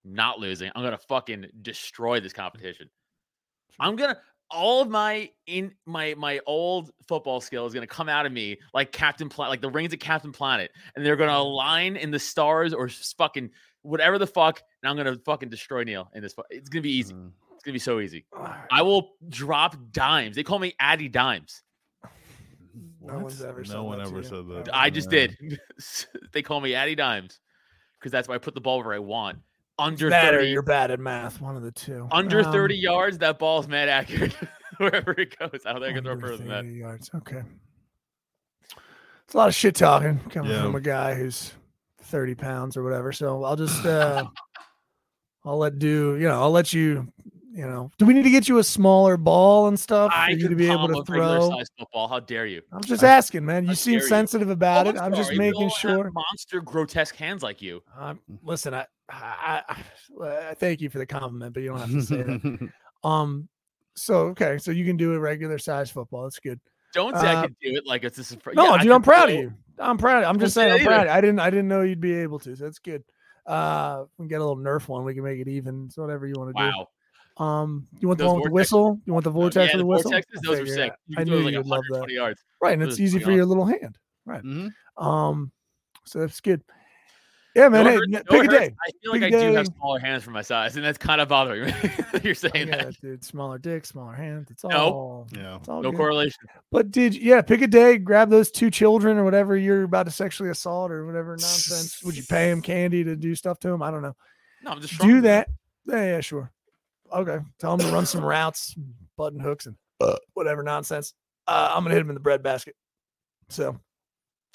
Speaker 4: Not losing. I'm gonna fucking destroy this competition. I'm gonna all of my in my my old football skill is gonna come out of me like Captain Planet, like the rings of Captain Planet, and they're
Speaker 3: Mm-hmm.
Speaker 4: gonna align in the stars or s- fucking whatever the fuck, and I'm gonna fucking destroy Neil in this. fu- It's gonna be easy.
Speaker 3: Mm.
Speaker 4: It's gonna be so easy.
Speaker 2: All right,
Speaker 4: I will drop dimes. They call me Addy Dimes.
Speaker 2: No one's
Speaker 3: What?
Speaker 2: ever said
Speaker 3: no one
Speaker 2: that to
Speaker 3: ever
Speaker 2: you.
Speaker 3: said
Speaker 2: Ever.
Speaker 3: that.
Speaker 4: I just
Speaker 3: Yeah.
Speaker 4: did.
Speaker 2: Mm.
Speaker 4: they call me Addy Dimes because that's why I put the ball where I want. Under
Speaker 2: that or
Speaker 4: 30,
Speaker 2: you're bad at math. One of the two.
Speaker 4: under
Speaker 2: Um,
Speaker 4: 30 yards, that ball's mad accurate wherever it goes. I don't think I can throw
Speaker 2: Under
Speaker 4: further than that.
Speaker 2: 30 yards. Okay. It's a lot of shit talking coming
Speaker 3: Yeah.
Speaker 2: from a guy who's 30 pounds or whatever. So I'll just, uh, I'll let do, you know, I'll let you, you know, do we need to get you a smaller ball and stuff for
Speaker 4: I
Speaker 2: you
Speaker 4: could
Speaker 2: to be able
Speaker 4: palm
Speaker 2: to
Speaker 4: a regular
Speaker 2: throw?
Speaker 4: size football. How dare you?
Speaker 2: I'm just
Speaker 3: I-
Speaker 2: asking, man. You
Speaker 4: I
Speaker 2: seem
Speaker 4: dare you.
Speaker 2: sensible about
Speaker 4: Oh,
Speaker 2: it. I'm just
Speaker 4: sorry, we all
Speaker 2: making
Speaker 4: have
Speaker 2: sure.
Speaker 4: Monster, grotesque hands like you.
Speaker 2: Um,
Speaker 3: Mm.
Speaker 2: listen, I, I, I, I thank you for the compliment, but you don't have to say that. Um, so okay, so you can do a regular size football. That's good.
Speaker 4: Don't say I
Speaker 2: Uh,
Speaker 4: can do it like it's a surprise.
Speaker 2: No, dude, I'm proud of you. I'm proud. I'm just
Speaker 4: say
Speaker 2: saying,
Speaker 4: that
Speaker 2: I'm proud.
Speaker 4: either.
Speaker 2: I didn't, I didn't know you'd be able to. So that's good. Uh, we can get a little Nerf one. We can make it even. It's whatever you want to
Speaker 4: Wow.
Speaker 2: do. Um, you want the
Speaker 4: Those
Speaker 2: one with the
Speaker 4: vortexes.
Speaker 2: whistle? You want the vortex
Speaker 4: yeah,
Speaker 2: with
Speaker 4: the
Speaker 2: the whistle?
Speaker 4: vortexes,
Speaker 2: I
Speaker 4: those are
Speaker 2: figured, yeah,
Speaker 4: sick. You
Speaker 2: I
Speaker 4: can
Speaker 2: knew
Speaker 4: throw like
Speaker 2: you'd love that.
Speaker 4: 120 yards.
Speaker 2: Right, and
Speaker 4: Those
Speaker 2: it's
Speaker 4: are
Speaker 2: easy
Speaker 4: pretty
Speaker 2: for your little hand.
Speaker 3: Mhm.
Speaker 2: Um, so that's good. Yeah, man.
Speaker 4: No, it
Speaker 2: hey,
Speaker 4: hurts-
Speaker 2: n-
Speaker 4: no,
Speaker 2: pick
Speaker 4: it
Speaker 2: a
Speaker 4: hurts.
Speaker 2: day.
Speaker 4: I feel
Speaker 2: Pick
Speaker 4: like I
Speaker 2: a
Speaker 4: do have
Speaker 2: day.
Speaker 4: smaller hands for my size, and that's kind of bothering me. that You're
Speaker 2: Oh,
Speaker 4: saying
Speaker 2: yeah,
Speaker 4: that.
Speaker 2: dude. Smaller dick, smaller hand. It's all.
Speaker 4: No.
Speaker 3: Yeah.
Speaker 2: It's all
Speaker 4: No
Speaker 2: good.
Speaker 4: correlation.
Speaker 2: But did yeah, pick a day, grab those two children or whatever you're about to sexually assault or whatever nonsense. Would you pay him candy to do stuff to him? I don't know.
Speaker 4: No, I'm just strong.
Speaker 2: Do that. Yeah, yeah, sure. Okay, tell him to run some routes, button hooks, and uh, whatever nonsense. Uh, I'm gonna hit him in the bread basket. So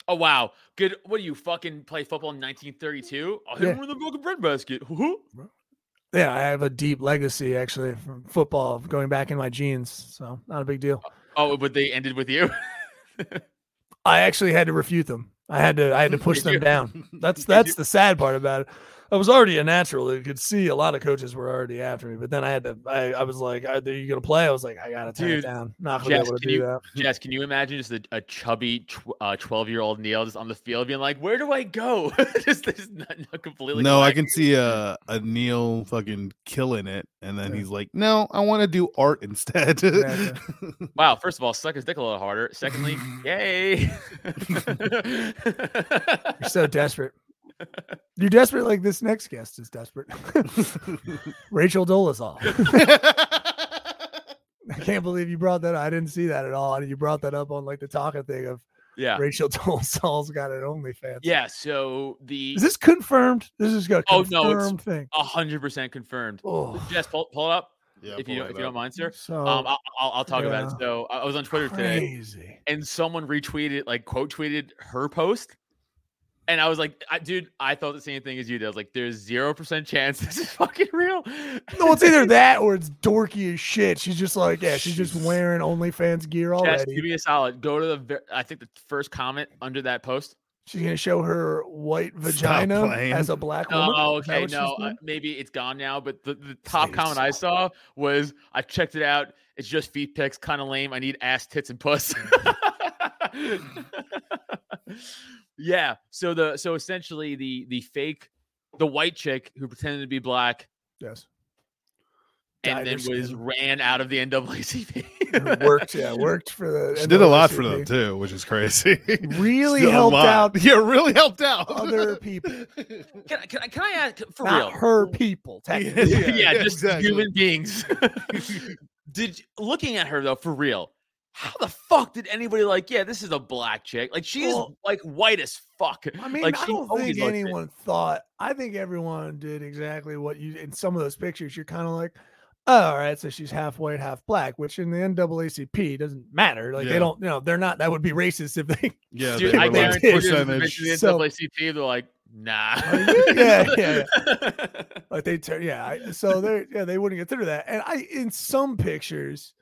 Speaker 4: Oh wow, good. What do you fucking play football in 1932? I'll hit
Speaker 2: Yeah.
Speaker 4: him with a broken bread basket. Hoo-hoo.
Speaker 2: yeah, I have a deep legacy actually from football going back in my genes. So not a big deal.
Speaker 4: oh, but they ended with you.
Speaker 2: I actually had to refute them. I had to I had to push
Speaker 4: Did
Speaker 2: them
Speaker 4: you?
Speaker 2: down. That's
Speaker 4: Did
Speaker 2: that's
Speaker 4: you?
Speaker 2: the sad part about it. I was already a natural. You could see a lot of coaches were already after me, but then I had to. I, I was like, "Are you gonna play?" I was like, "I gotta turn
Speaker 4: Dude,
Speaker 2: it down. Not gonna
Speaker 4: Jess,
Speaker 2: be able to
Speaker 4: can
Speaker 2: do
Speaker 4: you-
Speaker 2: that."
Speaker 4: Jess, can you imagine just a, a chubby tw- uh, 12 year old Neil just on the field being like, Where do I go? just this not, not completely.
Speaker 3: no, I can
Speaker 4: collect-
Speaker 3: see a a Neil fucking killing it, and then he's like, "No, I want to do art instead."
Speaker 2: Exactly.
Speaker 4: Wow, first of all, suck his dick a little harder. Secondly, yay.
Speaker 2: You're so desperate. You're desperate like this next guest is desperate. Rachel Dolezal. I can't believe you brought that. up. I didn't see that at all. And you brought that up on like the talking thing of
Speaker 4: yeah.
Speaker 2: Rachel Dolezal's got an OnlyFans.
Speaker 4: Yeah. So the
Speaker 2: Is this confirmed? This is a
Speaker 4: Oh,
Speaker 2: confirmed
Speaker 4: no, it's-
Speaker 2: thing.
Speaker 4: 100% confirmed.
Speaker 2: Oh,
Speaker 4: Jess, pull, pull it up
Speaker 3: yeah,
Speaker 4: if, you don't, if you don't mind, sir.
Speaker 2: so
Speaker 4: Um, I'll, I'll, I'll talk about
Speaker 2: Oh, Yeah.
Speaker 4: it. So I I was on Twitter today.
Speaker 2: crazy.
Speaker 4: and someone retweeted, like quote tweeted her post. And I was like, I, dude, I thought the same thing as you did. I was like, there's zero percent chance this is fucking real.
Speaker 2: No, it's either that or it's dorky as shit. She's just like, yeah, she's just
Speaker 3: Jeez.
Speaker 2: wearing OnlyFans gear
Speaker 4: Jess,
Speaker 2: already.
Speaker 4: give me a solid. Go to the, ver- I think the first comment under that post.
Speaker 2: she's gonna show her white vagina
Speaker 3: playing.
Speaker 2: as a black
Speaker 4: No,
Speaker 2: woman. Is that
Speaker 4: okay,
Speaker 2: what she's
Speaker 4: no, uh,
Speaker 2: doing?
Speaker 4: maybe it's gone now. But the, the top
Speaker 2: Please.
Speaker 4: comment I saw was, I checked it out. It's just feet pics, kind of lame. I need ass, tits, and puss. yeah. So the so essentially the the fake, the white chick who pretended to be black
Speaker 2: yes.
Speaker 4: and then
Speaker 2: Divers
Speaker 4: was
Speaker 2: and-
Speaker 4: ran out of the
Speaker 2: It
Speaker 4: NAACP.
Speaker 2: worked. Yeah, worked for the.
Speaker 3: She did a lot for them
Speaker 2: NAACP.
Speaker 3: too, which is crazy.
Speaker 2: Really
Speaker 3: Did a
Speaker 2: helped
Speaker 3: lot.
Speaker 2: out
Speaker 3: Yeah, really helped out.
Speaker 2: other people,
Speaker 4: can, I- can, I- can I ask for
Speaker 2: not
Speaker 4: real?
Speaker 2: her people. Technically,
Speaker 4: yeah,
Speaker 3: yeah,
Speaker 4: just
Speaker 3: exactly.
Speaker 4: human beings. did you- looking at her though for real? How the fuck did anybody like? Yeah, this is a black chick. Like she's
Speaker 2: Well-
Speaker 4: like white as fuck.
Speaker 2: I mean,
Speaker 4: like
Speaker 2: I
Speaker 4: she
Speaker 2: don't
Speaker 4: always
Speaker 2: think
Speaker 4: looked it.
Speaker 2: anyone thought. I think everyone did exactly what you in some of those pictures. You're kind of like, oh, all right, so she's half white, half black, which in the NAACP doesn't matter. Like
Speaker 3: Yeah.
Speaker 2: they don't, you know, they're not. That would be racist if they.
Speaker 3: Yeah,
Speaker 4: Dude,
Speaker 3: they
Speaker 4: I
Speaker 3: were like,
Speaker 4: guarantee you, the
Speaker 3: percentage.
Speaker 4: bitch in the
Speaker 2: So-
Speaker 4: NAACP, they're like, nah.
Speaker 2: Yeah, yeah, Like they turn, yeah. I- So they, yeah, they wouldn't consider that. And I, in some pictures,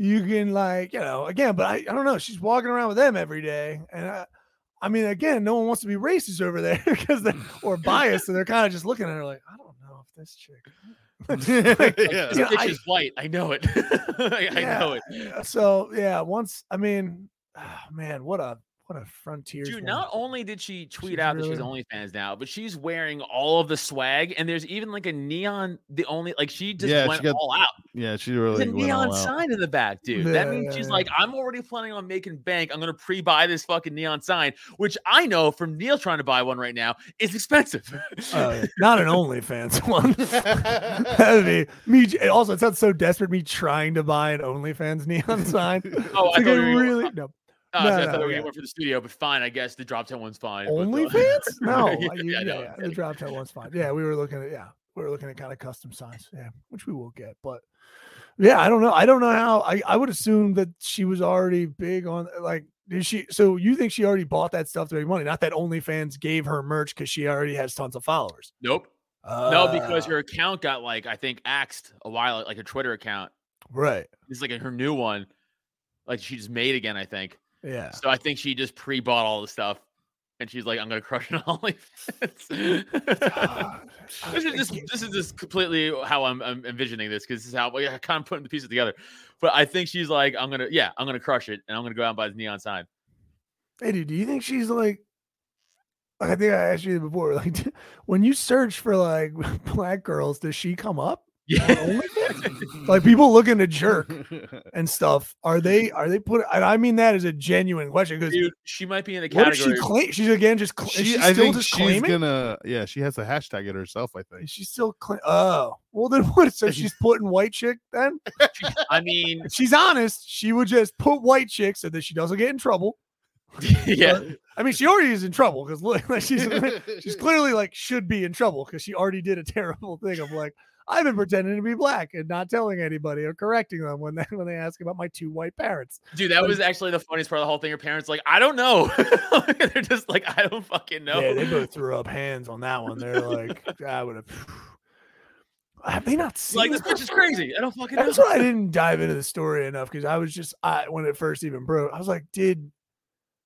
Speaker 2: you can like, you know, again, but I, I don't know. She's walking around with them every day, and I, I mean, again, no one wants to be racist over there because they're or biased, so they're kind of just looking at her like, I don't know if this chick.
Speaker 3: yeah.
Speaker 4: This
Speaker 2: Yeah,
Speaker 4: bitch
Speaker 2: I-
Speaker 4: is white. I know it. I, I know it.
Speaker 2: Yeah, uh, So yeah, once I mean, ah, man, what a what a frontier.
Speaker 4: Dude, not only did she tweet
Speaker 2: She's
Speaker 4: out that she's
Speaker 2: really-
Speaker 4: OnlyFans now, but she's wearing all of the swag, and there's even like a neon. The only like she just
Speaker 3: Yeah,
Speaker 4: went
Speaker 3: she got-
Speaker 4: all out.
Speaker 3: yeah, she
Speaker 4: There's
Speaker 3: really went
Speaker 4: a
Speaker 3: all
Speaker 4: neon
Speaker 3: out.
Speaker 4: sign in the back, dude. that
Speaker 2: Yeah,
Speaker 4: means
Speaker 2: yeah,
Speaker 4: she's
Speaker 2: yeah.
Speaker 4: like, I'm already planning on making bank. I'm gonna pre-buy this fucking neon sign, which I know from Neil trying to buy one right now is expensive.
Speaker 2: Uh,
Speaker 4: Oh,
Speaker 2: not an OnlyFans one. That'd be me. j- Also, it sounds so desperate. Me trying to buy an OnlyFans neon sign.
Speaker 4: oh,
Speaker 2: It's
Speaker 4: I
Speaker 2: like
Speaker 4: thought
Speaker 2: I
Speaker 4: we were
Speaker 2: really no
Speaker 4: uh,
Speaker 2: no,
Speaker 4: so I
Speaker 2: no,
Speaker 4: thought we were
Speaker 2: yeah.
Speaker 4: getting one for the studio, but fine, I guess the drop ten one's fine. but, uh,
Speaker 2: OnlyFans. No, I-
Speaker 4: yeah,
Speaker 2: you- yeah,
Speaker 4: I know,
Speaker 2: yeah,
Speaker 4: I'm
Speaker 2: the
Speaker 4: kidding.
Speaker 2: drop that one's fine. Yeah, we were looking at yeah, we were looking at kind of custom signs. Yeah, which we will get, but. Yeah, I don't know. I don't know how. I, I would assume that she was already big on like. Did she? So you think she already bought that stuff to make money? Not that OnlyFans gave her merch because she already has tons of followers.
Speaker 4: Nope. no, because
Speaker 2: Ah,
Speaker 4: her account got like I think axed a while, like her Twitter account.
Speaker 2: right.
Speaker 4: It's like her new one. Like she just made again, I think.
Speaker 2: Yeah.
Speaker 4: So I think she just pre-bought all the stuff, and she's like, "I'm gonna crush it on OnlyFans."
Speaker 2: God, I-
Speaker 4: this is
Speaker 2: Ah, I
Speaker 4: just
Speaker 2: can't-
Speaker 4: this is just completely how I'm, I'm envisioning this because this is how I kind of putting the pieces together. But I think she's like, "I'm gonna, yeah, I'm gonna crush it, and I'm gonna go out and buy the neon sign."
Speaker 2: Hey, dude, do you think she's like? I think I asked you this before. Like, d- when you search for like black girls, does she come up?
Speaker 4: Yeah,
Speaker 2: Like people looking to jerk and stuff. Are they? Are they put? And I mean that is a genuine question because
Speaker 4: dude, she might be in the
Speaker 2: what if she
Speaker 4: category.
Speaker 2: claim? She's again just. Cl- is
Speaker 3: She,
Speaker 2: she
Speaker 3: I
Speaker 2: still
Speaker 3: think
Speaker 2: just
Speaker 3: she's
Speaker 2: claiming.
Speaker 3: gonna. Yeah, she has to hashtag it herself. I think.
Speaker 2: Is she still claim? Oh, well then what? So she's putting white chick then?
Speaker 4: I mean,
Speaker 2: If she's honest, she would just put white chick so that she doesn't get in trouble.
Speaker 4: yeah,
Speaker 2: I mean, she already is in trouble because look, like she's she's clearly like should be in trouble because she already did a terrible thing of like I've been pretending to be black and not telling anybody or correcting them when they when they ask about my two white parents.
Speaker 4: dude, that was actually the funniest part of the whole thing. Her parents like, "I don't know," they're just like, "I don't fucking know."
Speaker 2: Yeah, they both threw up hands on that one. They're like, I would have. Have they not seen?
Speaker 4: like this
Speaker 2: her?
Speaker 4: bitch is crazy. I don't fucking know.
Speaker 2: That's why I didn't dive into the story enough because I was just I when it first even broke, I was like, did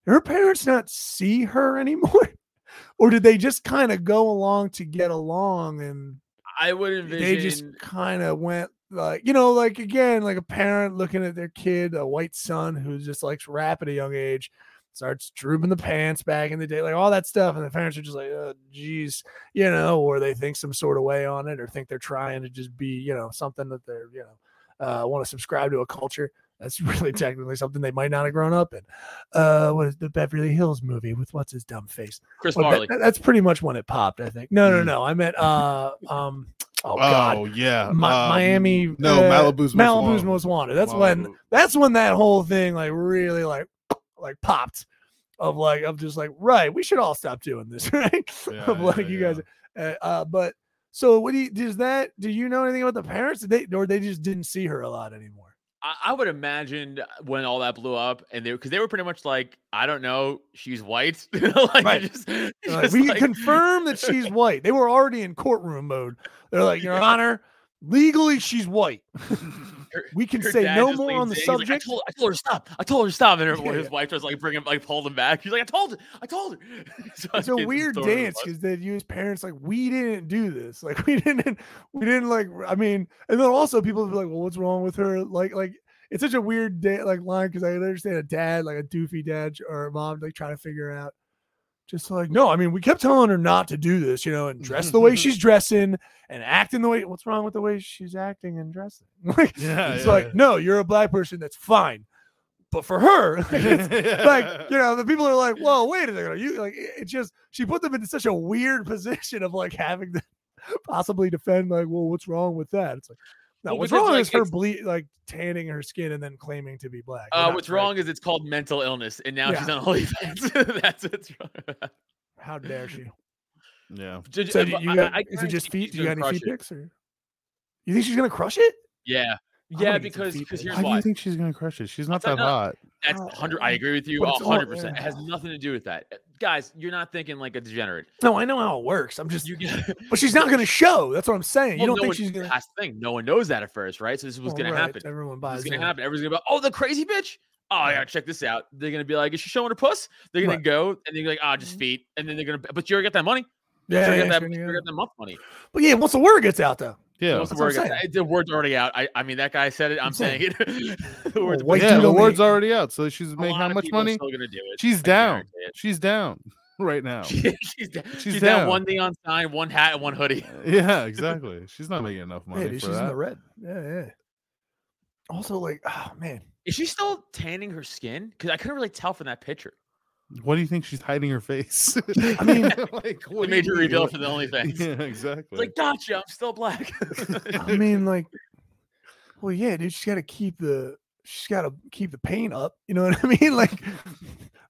Speaker 2: her parents not see her anymore? or did they just kind of go along to get along and
Speaker 4: I would envision.
Speaker 2: they just kind of went like you know like again like a parent looking at their kid a white son who just likes rap at a young age starts drooping the pants back in the day like all that stuff and the parents are just like oh geez you know or they think some sort of way on it or think they're trying to just be you know something that they're you know uh, want to subscribe to a culture that's really technically something they might not have grown up in uh what is the beverly hills movie with what's his dumb face
Speaker 4: Chris
Speaker 2: well, Oh, that-
Speaker 4: Farley.
Speaker 2: that- that's pretty much when it popped, I think. No, no,
Speaker 3: Mm.
Speaker 2: no. I meant uh um oh,
Speaker 3: Oh,
Speaker 2: god.
Speaker 3: yeah,
Speaker 2: Mi-
Speaker 3: um,
Speaker 2: Miami
Speaker 3: No,
Speaker 2: uh,
Speaker 3: Malibu's Most
Speaker 2: Malibu's
Speaker 3: Wanted.
Speaker 2: most wanted. That's when
Speaker 3: Malibu.
Speaker 2: that's when that whole thing like really like like popped of like of just like right, we should all stop doing this, right?
Speaker 3: Yeah,
Speaker 2: of
Speaker 3: yeah,
Speaker 2: like you
Speaker 3: yeah.
Speaker 2: guys uh, uh but so what do you does that do you know anything about the parents? Did they or they just didn't see her a lot anymore?
Speaker 4: I, I would imagine when all that blew up, and they because they were pretty much like, I don't know, she's white. like,
Speaker 2: Right.
Speaker 4: just-
Speaker 2: They're like,
Speaker 4: just
Speaker 2: we
Speaker 4: like-
Speaker 2: can confirm that she's white. They were already in courtroom mode. They're like, Your Honor, legally she's white.
Speaker 4: Her-
Speaker 2: we can
Speaker 4: her
Speaker 2: say
Speaker 4: dad
Speaker 2: no
Speaker 4: just
Speaker 2: more on the
Speaker 4: leans in, he's like,
Speaker 2: subject.
Speaker 4: I, told, I told her to stop. I told her to stop, and her,
Speaker 2: Yeah,
Speaker 4: his
Speaker 2: yeah.
Speaker 4: wife tries to like bring him, like pulled him back. He's like, I told her, I told her. So I
Speaker 2: it's a
Speaker 4: think
Speaker 2: weird
Speaker 4: sort of
Speaker 2: dance
Speaker 4: was-
Speaker 2: because then you as parents like we didn't do this like we didn't we didn't like i mean and then also people be like well what's wrong with her like like it's such a weird day like line because i understand a dad like a doofy dad or a mom like trying to figure out just like no i mean we kept telling her not to do this you know and dress the way she's dressing and acting the way what's wrong with the way she's acting and dressing like
Speaker 3: Yeah,
Speaker 2: it's
Speaker 3: yeah,
Speaker 2: like
Speaker 3: yeah.
Speaker 2: no you're a black person that's fine but for her like, it's- like you know the people are like whoa wait a second are you like it it just she put them into such a weird position of like having to possibly defend like well what's wrong with that it's like no
Speaker 4: Well,
Speaker 2: what's
Speaker 4: because,
Speaker 2: wrong
Speaker 4: like,
Speaker 2: is her
Speaker 4: it's-
Speaker 2: ble- like tanning her skin and then claiming to be black You're
Speaker 4: Uh,
Speaker 2: not
Speaker 4: what's
Speaker 2: right.
Speaker 4: wrong is it's called mental illness, and now she's
Speaker 2: Yeah.
Speaker 4: on OnlyFans. That's what's wrong.
Speaker 2: how dare she
Speaker 3: yeah.
Speaker 4: Ju- ju-
Speaker 2: so do
Speaker 4: but
Speaker 2: you
Speaker 4: I-
Speaker 2: got,
Speaker 4: I
Speaker 2: is it just
Speaker 4: guarantee
Speaker 2: feet
Speaker 4: she's
Speaker 2: do you
Speaker 4: gonna
Speaker 2: got any feet
Speaker 4: crush it.
Speaker 2: pics or you think she's gonna crush it
Speaker 4: Yeah,
Speaker 2: I'm
Speaker 4: yeah,
Speaker 2: gonna get some
Speaker 4: because
Speaker 2: feet pics.
Speaker 4: because here's
Speaker 3: Why do
Speaker 4: why.
Speaker 3: you think she's gonna crush it? She's not
Speaker 4: That's
Speaker 3: that hot.
Speaker 4: That's
Speaker 2: Oh,
Speaker 4: 100. I agree with you
Speaker 2: but it's all-
Speaker 4: 100. percent It
Speaker 2: yeah.
Speaker 4: has nothing to do with that, Uh, guys. You're not thinking like a degenerate.
Speaker 2: no i know how it works i'm just
Speaker 4: You get.
Speaker 2: but she's not gonna show that's what i'm saying you don't
Speaker 4: well, no
Speaker 2: think
Speaker 4: one,
Speaker 2: she's gonna
Speaker 4: that's the thing. No one knows that at first, right? So this is what's
Speaker 2: Well,
Speaker 4: gonna
Speaker 2: right,
Speaker 4: happen.
Speaker 2: everyone
Speaker 4: This
Speaker 2: buys
Speaker 4: is gonna
Speaker 2: it.
Speaker 4: happen. Everyone's gonna be, like, oh, the crazy bitch. Oh yeah, check this out. They're gonna be like, is she showing her puss? They're gonna
Speaker 2: Right.
Speaker 4: go and they're gonna be like, ah,
Speaker 2: Mhm.
Speaker 4: just feet. And then they're gonna, but you already got that money.
Speaker 2: yeah,
Speaker 4: you
Speaker 2: yeah,
Speaker 4: already got
Speaker 2: sure,
Speaker 4: that, you
Speaker 2: yeah.
Speaker 4: already got that month money.
Speaker 2: but yeah once the word gets out though
Speaker 3: Yeah.
Speaker 4: What's the
Speaker 2: That's what
Speaker 4: word?
Speaker 2: I'm
Speaker 4: got-
Speaker 2: saying.
Speaker 4: The word's already out. I, I mean, that guy said it. I'm saying it. the word's
Speaker 2: white
Speaker 3: yeah,
Speaker 2: dude
Speaker 3: the
Speaker 2: only-
Speaker 3: word's already out. So she's
Speaker 4: a
Speaker 3: making
Speaker 4: lot
Speaker 3: how
Speaker 4: of
Speaker 3: much
Speaker 4: people are
Speaker 3: money?
Speaker 4: Still gonna do it.
Speaker 3: She's
Speaker 4: I
Speaker 3: down.
Speaker 4: guarantee it.
Speaker 3: She's down right now.
Speaker 4: she's down. She's,
Speaker 3: She's
Speaker 4: down.
Speaker 3: down.
Speaker 4: One neon sign, one hat, and one hoodie.
Speaker 3: yeah, exactly. She's not making enough
Speaker 2: Yeah,
Speaker 3: money
Speaker 2: dude,
Speaker 3: for
Speaker 2: she's in
Speaker 3: that.
Speaker 2: the red. Yeah, yeah. Also, like, oh man,
Speaker 4: Is she still tanning her skin? Because I couldn't really tell from that picture.
Speaker 3: What do you think she's hiding her face?
Speaker 2: I mean,
Speaker 3: like
Speaker 4: The
Speaker 3: what do you
Speaker 4: major
Speaker 3: mean?
Speaker 4: reveal
Speaker 3: What-
Speaker 4: for the OnlyFans.
Speaker 3: Yeah, exactly.
Speaker 4: It's like, gotcha, I'm still black.
Speaker 2: I mean, like, well, yeah, dude, she's got to keep the she's got to keep the paint up. You know what I mean? Like,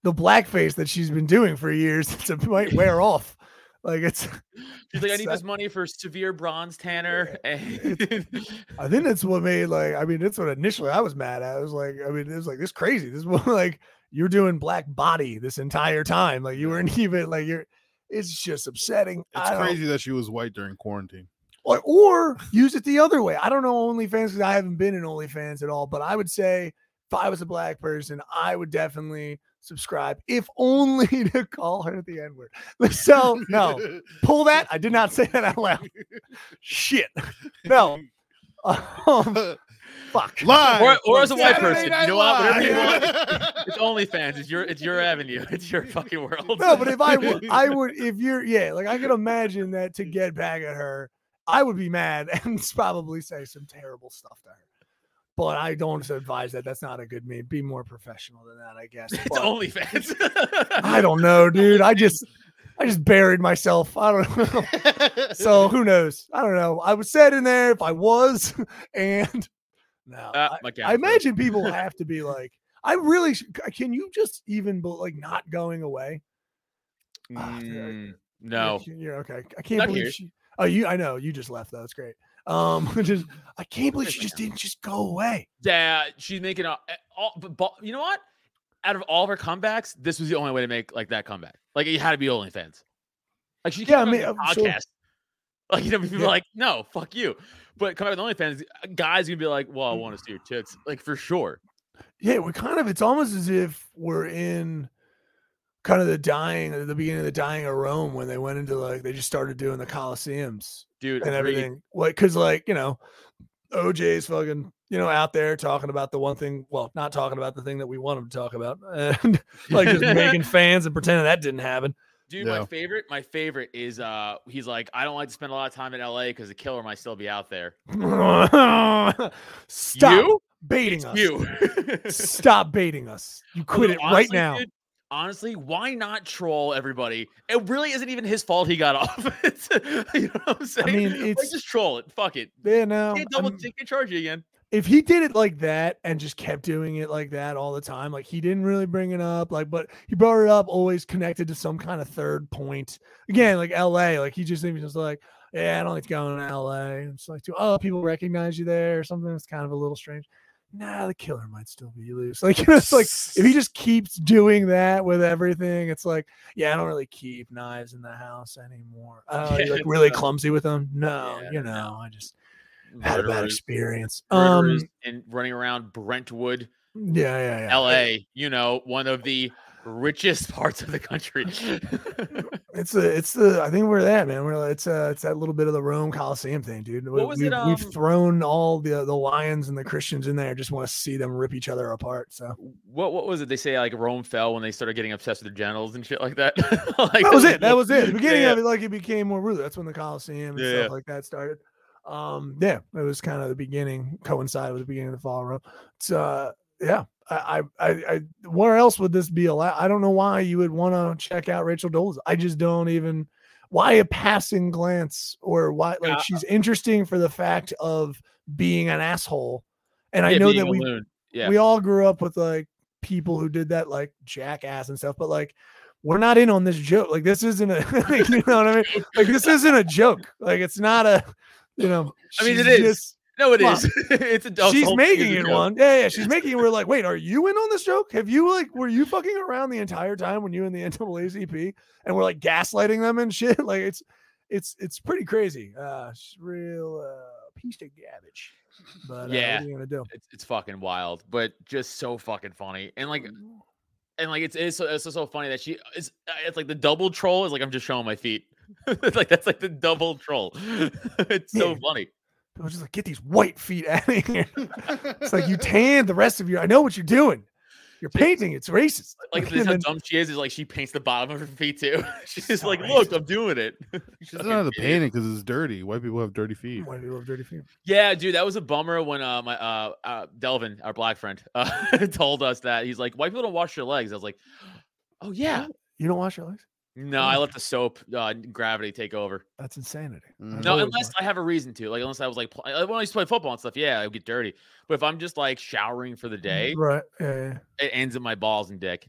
Speaker 2: the blackface that she's been doing for years to might wear off. Like, it's
Speaker 4: She's like, I
Speaker 2: it's
Speaker 4: need
Speaker 2: that-
Speaker 4: this money for severe bronze tanner. And
Speaker 2: I think that's what made like I mean that's what initially I was mad at. I was like, I mean, it was like this crazy. This one like you're doing black body this entire time. Like you weren't even like you're it's just upsetting.
Speaker 3: it's
Speaker 2: I don't-
Speaker 3: crazy that she was white during quarantine.
Speaker 2: or, or use it the other way. I don't know OnlyFans because I haven't been in OnlyFans at all, but I would say if I was a black person, I would definitely subscribe, if only to call her the N word. So, no, pull that. I did not say that out loud. Shit. No. Um, fuck.
Speaker 3: Live
Speaker 4: Or- or
Speaker 3: from
Speaker 4: as a white
Speaker 3: Saturday
Speaker 4: person,
Speaker 3: Night
Speaker 4: you know what? Whatever you
Speaker 3: Live.
Speaker 4: it's OnlyFans. It's your it's your avenue. It's your fucking world.
Speaker 2: No, but if I would, I would, if you're, yeah, like I could imagine that to get back at her, I would be mad and probably say some terrible stuff to her. But I don't advise that. That's not a good meme. Be more professional than that, I guess.
Speaker 4: it's
Speaker 2: But
Speaker 4: OnlyFans.
Speaker 2: I don't know, dude. I just, I just buried myself. I don't know. so who knows? I don't know. I was said in there if I was, and no,
Speaker 4: Uh,
Speaker 2: I-
Speaker 4: my
Speaker 2: I
Speaker 4: cat's dead.
Speaker 2: imagine people have to be like, I really sh- c- can you just even be- like not going away? Ah, dude, I-
Speaker 4: Mm,
Speaker 2: You're-
Speaker 4: no.
Speaker 2: you're, okay. I can't
Speaker 4: Not
Speaker 2: believe
Speaker 4: here.
Speaker 2: she. Oh, you. I know you just left. though. That's great. Um, just I can't believe
Speaker 4: Yes,
Speaker 2: she
Speaker 4: I
Speaker 2: just
Speaker 4: know.
Speaker 2: didn't just go away.
Speaker 4: Yeah, she's making a, a- all, but, but you know what? Out of all of her comebacks, this was the only way to make like that comeback. Like it had to be OnlyFans. Like she
Speaker 2: Yeah, I
Speaker 4: came
Speaker 2: mean,
Speaker 4: out with a
Speaker 2: I'm sure.
Speaker 4: podcast. Like you know, people
Speaker 2: Yeah.
Speaker 4: are like, no, fuck you. But come back with OnlyFans, a guys gonna be like, well, I want to see your tits, like for sure.
Speaker 2: Yeah, we're kind of. It's almost as if we're in. kind of the dying at the beginning of the dying of Rome when they went into like they just started doing the Colosseums
Speaker 4: dude.
Speaker 2: and
Speaker 4: agreed.
Speaker 2: everything. Like, cause like, you know, OJ's fucking, you know, out there talking about the one thing, well, not talking about the thing that we want him to talk about. And like just making fans and pretending that didn't happen.
Speaker 4: Dude,
Speaker 3: Yeah.
Speaker 4: my favorite, my favorite is uh he's like, I don't like to spend a lot of time in LA because the killer might still be out there.
Speaker 2: Stop
Speaker 4: You?
Speaker 2: baiting
Speaker 4: It's
Speaker 2: us.
Speaker 4: you.
Speaker 2: Stop baiting us. You quit it right
Speaker 4: Honestly,
Speaker 2: now.
Speaker 4: dude, honestly, why not troll everybody? It really isn't even his fault he got off. It's- you know what I'm saying?
Speaker 2: mean,
Speaker 4: Like,
Speaker 2: it's-
Speaker 4: just troll it. Fuck it.
Speaker 2: Yeah, no.
Speaker 4: Can't double
Speaker 2: I'm-
Speaker 4: they can charge you again.
Speaker 2: if he did it like that and just kept doing it like that all the time, like he didn't really bring it up, like, but he brought it up always connected to some kind of third point. Again, like LA, like he just he was just like, yeah, I don't like going to LA. It's like, to, oh, people recognize you there or something. It's kind of a little strange. Nah, the killer might still be loose. Like, you know, it's like if he just keeps doing that with everything, it's like, yeah, I don't really keep knives in the house anymore. Oh, you're like
Speaker 4: Yeah,
Speaker 2: really
Speaker 4: no.
Speaker 2: clumsy with them? No,
Speaker 4: Yeah,
Speaker 2: you know, I just had a bad
Speaker 4: Murderers,
Speaker 2: experience. Um,
Speaker 4: murderers, and running around Brentwood,
Speaker 2: yeah, yeah, yeah.
Speaker 4: LA, you know, one of the richest parts of the country.
Speaker 2: It's the it's the I think we're that man. We're like- it's uh it's that little bit of the Rome Coliseum thing, dude. We,
Speaker 4: What was it,
Speaker 2: we've, we've
Speaker 4: um,
Speaker 2: thrown all the the lions and the Christians in there. Just want to see them rip each other apart. So
Speaker 4: what what was it they say like Rome fell when they started getting obsessed with their genitals and shit like that? like,
Speaker 2: that was it. That was it. The beginning
Speaker 4: yeah,
Speaker 2: of it, like it became more ruler. That's when the Coliseum and
Speaker 4: Yeah,
Speaker 2: stuff
Speaker 4: yeah.
Speaker 2: like that started. Um, yeah, it was kind of the beginning, coincided with the beginning of the fall of Rome. It's uh, yeah. I, I, I, I, where else would this be allowed? I don't know why you would want to check out Rachel Doles. I just don't even. Why a passing glance, or why? Like
Speaker 4: Yeah.
Speaker 2: she's interesting for the fact of being an asshole, and I
Speaker 4: yeah,
Speaker 2: know
Speaker 4: being
Speaker 2: that
Speaker 4: a
Speaker 2: we
Speaker 4: loon. Yeah.
Speaker 2: we all grew up with like people who did that like jackass and stuff but like we're not in on this joke like this isn't a like, you know what i mean like this isn't a joke like it's not a you know
Speaker 4: I mean,
Speaker 2: she's
Speaker 4: it is.
Speaker 2: just-
Speaker 4: No, it
Speaker 2: Well,
Speaker 4: is. it's adults.
Speaker 2: she's
Speaker 4: all
Speaker 2: making
Speaker 4: use
Speaker 2: it
Speaker 4: joke.
Speaker 2: one yeah yeah she's making it we're like wait are you in on this joke have you like were you fucking around the entire time when you and the naacp and we're like gaslighting them and shit like it's it's it's pretty crazy uh she's real uh piece of garbage but uh,
Speaker 4: Yeah.
Speaker 2: what are you gonna do
Speaker 4: It's, it's fucking wild, but just so fucking funny. And like,
Speaker 3: Mm.
Speaker 4: and like, it's it's so, it's so- so funny that she it's it's like the double troll is like I'm just showing my feet. it's like that's like the double troll. it's so
Speaker 2: Yeah.
Speaker 4: funny.
Speaker 2: I was just like, get these white feet out of here. It's like you tanned the rest of your. I know what you're doing. You're painting. It's racist.
Speaker 4: Like
Speaker 2: And
Speaker 4: this, how
Speaker 2: then-
Speaker 4: dumb she is is like she paints the bottom of her feet too. She's
Speaker 2: So
Speaker 4: like, look, I'm doing it.
Speaker 3: She doesn't have to paint it because it's dirty. White people have dirty
Speaker 4: uh,
Speaker 3: feet.
Speaker 2: Why do you love dirty feet?
Speaker 4: Yeah, dude, that was a bummer when uh my uh, uh Delvin, our black friend, uh, told us that he's like, white people don't wash their legs. I was like, oh yeah.
Speaker 2: You don't wash your legs?
Speaker 4: No, I let the soap uh, gravity take over.
Speaker 2: That's insanity.
Speaker 3: Mhm.
Speaker 2: I've
Speaker 4: Mm. No,
Speaker 2: always
Speaker 4: unless
Speaker 2: wa-
Speaker 4: I have a reason to. Like, unless I was like, pl- like, when I used to play football and stuff, yeah, I would get dirty. But if I'm just like showering for the day,
Speaker 2: Right. Yeah. yeah.
Speaker 4: it ends in my balls and dick.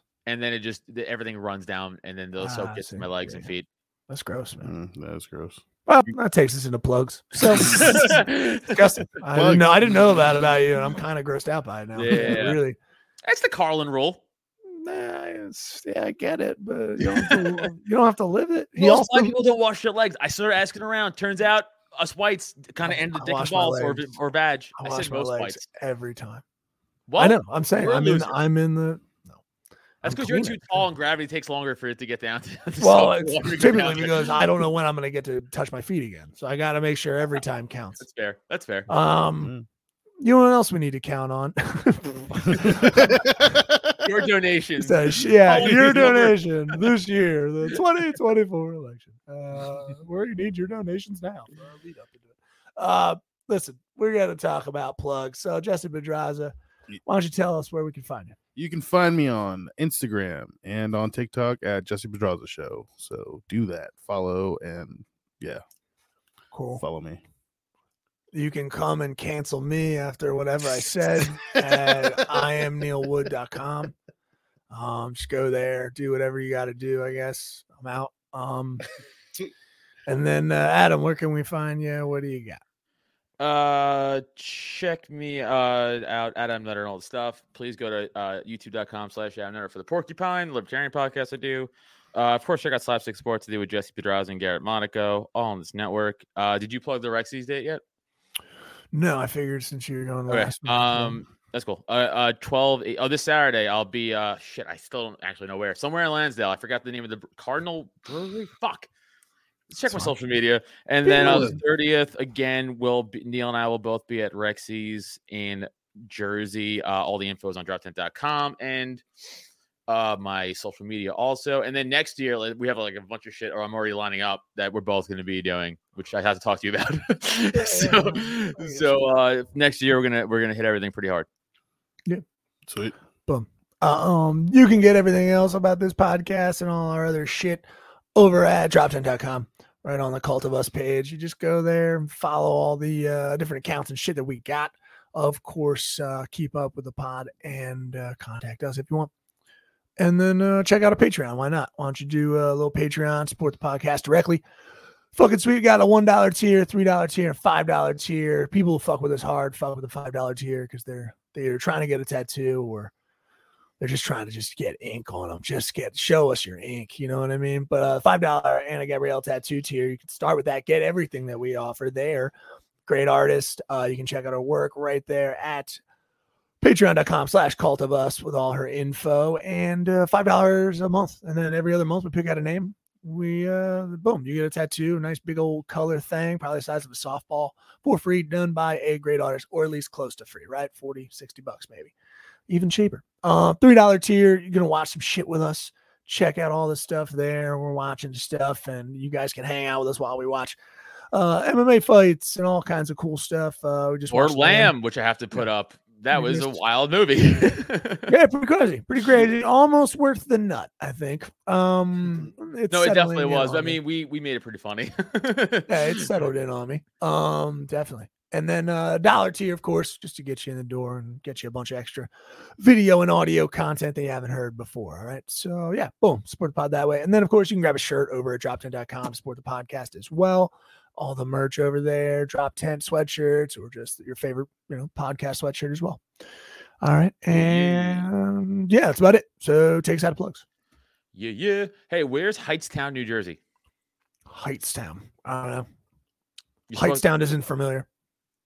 Speaker 4: And then it just the, everything runs down, and then the
Speaker 2: Ah,
Speaker 4: soap gets in
Speaker 2: see,
Speaker 4: my legs
Speaker 2: yeah,
Speaker 4: and feet.
Speaker 2: That's gross, man.
Speaker 3: Mm, that is gross.
Speaker 2: Well, that takes us into plugs. So
Speaker 4: That's
Speaker 2: disgusting. I didn't know. I didn't know that about you, and I'm kind of grossed out by it now.
Speaker 4: Yeah.
Speaker 2: Really.
Speaker 4: the Carlin rule.
Speaker 2: nah, it's- yeah, I get it, but you don't have to, you don't have to live it. He
Speaker 4: Most
Speaker 2: also
Speaker 4: black people don't wash their legs. I started asking around. Turns out us whites kind of
Speaker 2: I-
Speaker 4: end with
Speaker 2: Oh, I
Speaker 4: dick and
Speaker 2: wash my
Speaker 4: balls or,
Speaker 2: legs.
Speaker 4: or vag.
Speaker 2: I
Speaker 4: I,
Speaker 2: wash
Speaker 4: said
Speaker 2: my
Speaker 4: most
Speaker 2: legs
Speaker 4: whites.
Speaker 2: every time.
Speaker 4: Well,
Speaker 2: I know. I'm saying
Speaker 4: we're
Speaker 2: I'm in.
Speaker 4: losers.
Speaker 2: I'm in the. No,
Speaker 4: That's
Speaker 2: I'm
Speaker 4: because you're
Speaker 2: cleaner.
Speaker 4: too tall and gravity takes longer for it to get down. To the
Speaker 2: Well,
Speaker 4: salt
Speaker 2: it's
Speaker 4: water to go down
Speaker 2: typically
Speaker 4: there.
Speaker 2: because I don't know when I'm going to get to touch my feet again, so I got to make sure every time counts.
Speaker 4: That's fair. That's fair.
Speaker 2: Um, you know what else we need to count on?
Speaker 4: Your donations.
Speaker 2: So, sh- yeah,
Speaker 4: Always
Speaker 2: your
Speaker 4: over.
Speaker 2: donation this year, the 2024 election. Uh, we need your donations now. for our lead up into it. Uh, listen, we're going to talk about plugs. So, Jesse Pedraza,
Speaker 3: Ye-
Speaker 2: why don't you tell us where we can find you?
Speaker 3: You can find me on Instagram and on TikTok at Jesse Pedraza Show. So do that. Follow and
Speaker 2: Cool.
Speaker 3: follow me.
Speaker 2: You can come and cancel me after whatever I said at IamNeilWood.com. Um, just go there, do whatever you got to do. I guess I'm out. Um, and then uh, Adam, where can we find you? What do you got?
Speaker 4: Uh, check me uh out at I'm Nutter and all the stuff. Please go to uh, youtube.com slash Adam Nutter for the Porcupine Libertarian podcast I do. Uh, of course, check out Slapstick Sports to do with Jesse Pedraza and Garrett Monaco, all on this network. Uh, did you plug the Rexy's date yet?
Speaker 2: No, I figured since you were going
Speaker 4: Okay.
Speaker 2: last. month,
Speaker 4: Um, that's cool. Uh, uh, 12. eh, Oh, this Saturday, I'll be, uh, shit, I still don't actually know where. Somewhere in Lansdale. I forgot the name of the br- Cardinal Brewery. Fuck. Let's check my
Speaker 2: fine.
Speaker 4: social media. And then on the 30th, again, will be, Neil and I will both be at Rexy's in Jersey. Uh, all the info is on drop10.com and uh, my social media also. And then next year, like, we have like a bunch of shit, or I'm already lining up that we're both going to be doing, which I have to talk to you about. so,
Speaker 2: yeah, yeah.
Speaker 4: so uh, next year we're gonna we're gonna hit everything pretty hard.
Speaker 3: Sweet.
Speaker 2: Uh, um, you can get everything else about this podcast and all our other shit over at dropton.com, right on the Cult of Us page. You just go there and follow all the uh, different accounts and shit that we got. Of course, uh, keep up with the pod and uh, contact us if you want. And then uh, check out a Patreon. Why not? Why don't you do a little Patreon, support the podcast directly? Fucking sweet. We got a $1 tier, $3 tier, and $5 tier. People who fuck with us hard, fuck with the $5 tier because they're, they're trying to get a tattoo or they're just trying to just get ink on them. Just get show us your ink. You know what I mean? But uh, five dollar Anna Gabrielle tattoo tier. You can start with that. Get everything that we offer there. Great artist. Uh, you can check out her work right there at patreon.com slash cult of us with all her info and uh, five dollars a month and then every other month we pick out a name we uh boom you get a tattoo a nice big old color thing probably the size of a softball for free done by a great artist or at least close to free right 40 60 bucks maybe even cheaper uh three dollar tier you're gonna watch some shit with us check out all the stuff there we're watching stuff and you guys can hang out with us while we watch uh mma fights and all kinds of cool stuff uh we just
Speaker 4: Or
Speaker 2: watched
Speaker 4: Lamb, which I have to put up. That
Speaker 2: You
Speaker 4: was a
Speaker 2: missed-
Speaker 4: wild movie.
Speaker 2: yeah, pretty crazy. Pretty crazy. Almost worth the nut, I think. Um it's
Speaker 4: Mm-hmm. no, it
Speaker 2: settling
Speaker 4: definitely
Speaker 2: in
Speaker 4: was.
Speaker 2: on
Speaker 4: I
Speaker 2: me.
Speaker 4: mean, we we made it pretty funny.
Speaker 2: yeah, it settled in on me. Um, definitely. And then uh dollar tier, of course, just to get you in the door and get you a bunch of extra video and audio content that you haven't heard before. All right. So yeah, boom, support the pod that way. And then of course you can grab a shirt over at droptent.com, support the podcast as well. All the merch over there, drop tent sweatshirts or just your favorite, you know, podcast sweatshirt as well. All right. And yeah, that's about it. So take us out of plugs.
Speaker 4: Yeah, yeah. Hey, where's Heightstown, New Jersey?
Speaker 2: Heightstown. I don't know.
Speaker 4: You're supposed-
Speaker 2: Heightstown isn't familiar.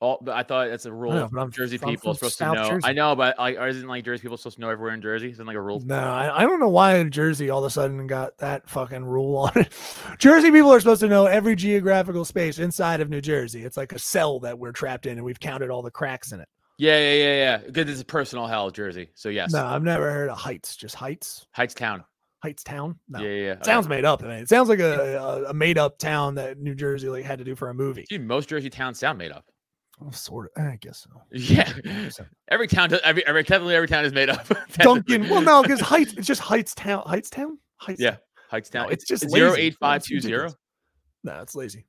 Speaker 4: all- but I thought that's a rule.
Speaker 2: know, but I'm-
Speaker 4: Jersey
Speaker 2: I'm
Speaker 4: people are
Speaker 2: from
Speaker 4: supposed
Speaker 2: South
Speaker 4: to know.
Speaker 2: Jersey.
Speaker 4: I know, but like, isn't like Jersey people supposed to know everywhere in Jersey? Isn't like a rule?
Speaker 2: No, I, I don't know why Jersey all of a sudden got that fucking rule on it. Jersey people are supposed to know every geographical space inside of New Jersey. It's like a cell that we're trapped in, and we've counted all the cracks in it.
Speaker 4: Yeah, yeah, yeah, yeah. Because it's a personal hell, Jersey. So yes,
Speaker 2: No, I've never heard of Heights. Just Heights,
Speaker 4: Heightstown.
Speaker 2: Heights Town. No,
Speaker 4: Yeah, yeah. yeah.
Speaker 2: it sounds made up. I mean, it sounds like a, a, a made up town that New Jersey like had to do for a movie.
Speaker 4: Dude, most Jersey towns sound made up.
Speaker 2: Oh, sort of. I guess so.
Speaker 4: Yeah,
Speaker 2: I guess so.
Speaker 4: every town, does, every, every technically every town is made up.
Speaker 2: Duncan. Well, no, because Heights. It's just Heights Town. Heights Town. Heights.
Speaker 4: Yeah, Heightstown.
Speaker 2: No,
Speaker 4: it's
Speaker 2: it's
Speaker 4: just
Speaker 2: just
Speaker 4: zero
Speaker 2: lazy.
Speaker 4: eight five two
Speaker 2: It's
Speaker 4: zero.
Speaker 2: ridiculous. No, it's lazy.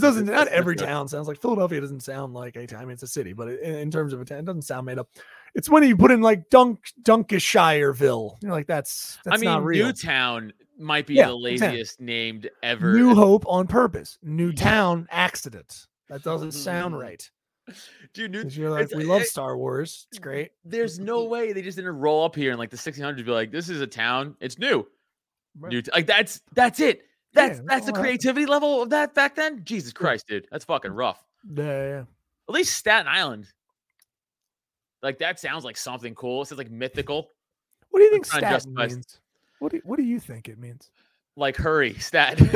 Speaker 2: That
Speaker 4: the-
Speaker 2: doesn't.
Speaker 4: that's
Speaker 2: Not
Speaker 4: the
Speaker 2: every
Speaker 4: joke.
Speaker 2: town sounds like Philadelphia. Doesn't sound like a town. I mean, it's a city, but in, in terms of a town, it doesn't sound made up. It's when you put in like Dunk Dunkishireville. You're like, that's that's
Speaker 4: I mean,
Speaker 2: not real.
Speaker 4: Newtown might be
Speaker 2: Yeah,
Speaker 4: the
Speaker 2: Newtown.
Speaker 4: laziest named ever.
Speaker 2: New Hope on purpose. New town accident. That doesn't sound right.
Speaker 4: Mm-hmm. dude. New,
Speaker 2: Because you're like,
Speaker 4: it's-
Speaker 2: we love
Speaker 4: it- Mm-hmm.
Speaker 2: Star Wars. It's great.
Speaker 4: There's no way they just didn't roll up here in like the 1600s. Be like, this is a town. It's new.
Speaker 2: Right.
Speaker 4: New. T- like that's that's it. That's
Speaker 2: Yeah,
Speaker 4: that's the
Speaker 2: all that-
Speaker 4: creativity level of that back then. Jesus Christ, dude. That's fucking rough.
Speaker 2: Yeah, yeah.
Speaker 4: At least Staten Island. Like that sounds like something cool. It sounds like mythical.
Speaker 2: What do you think
Speaker 4: trying to
Speaker 2: statin
Speaker 4: justify-
Speaker 2: means? What do, what do you think it means?
Speaker 4: Like hurry, Staten.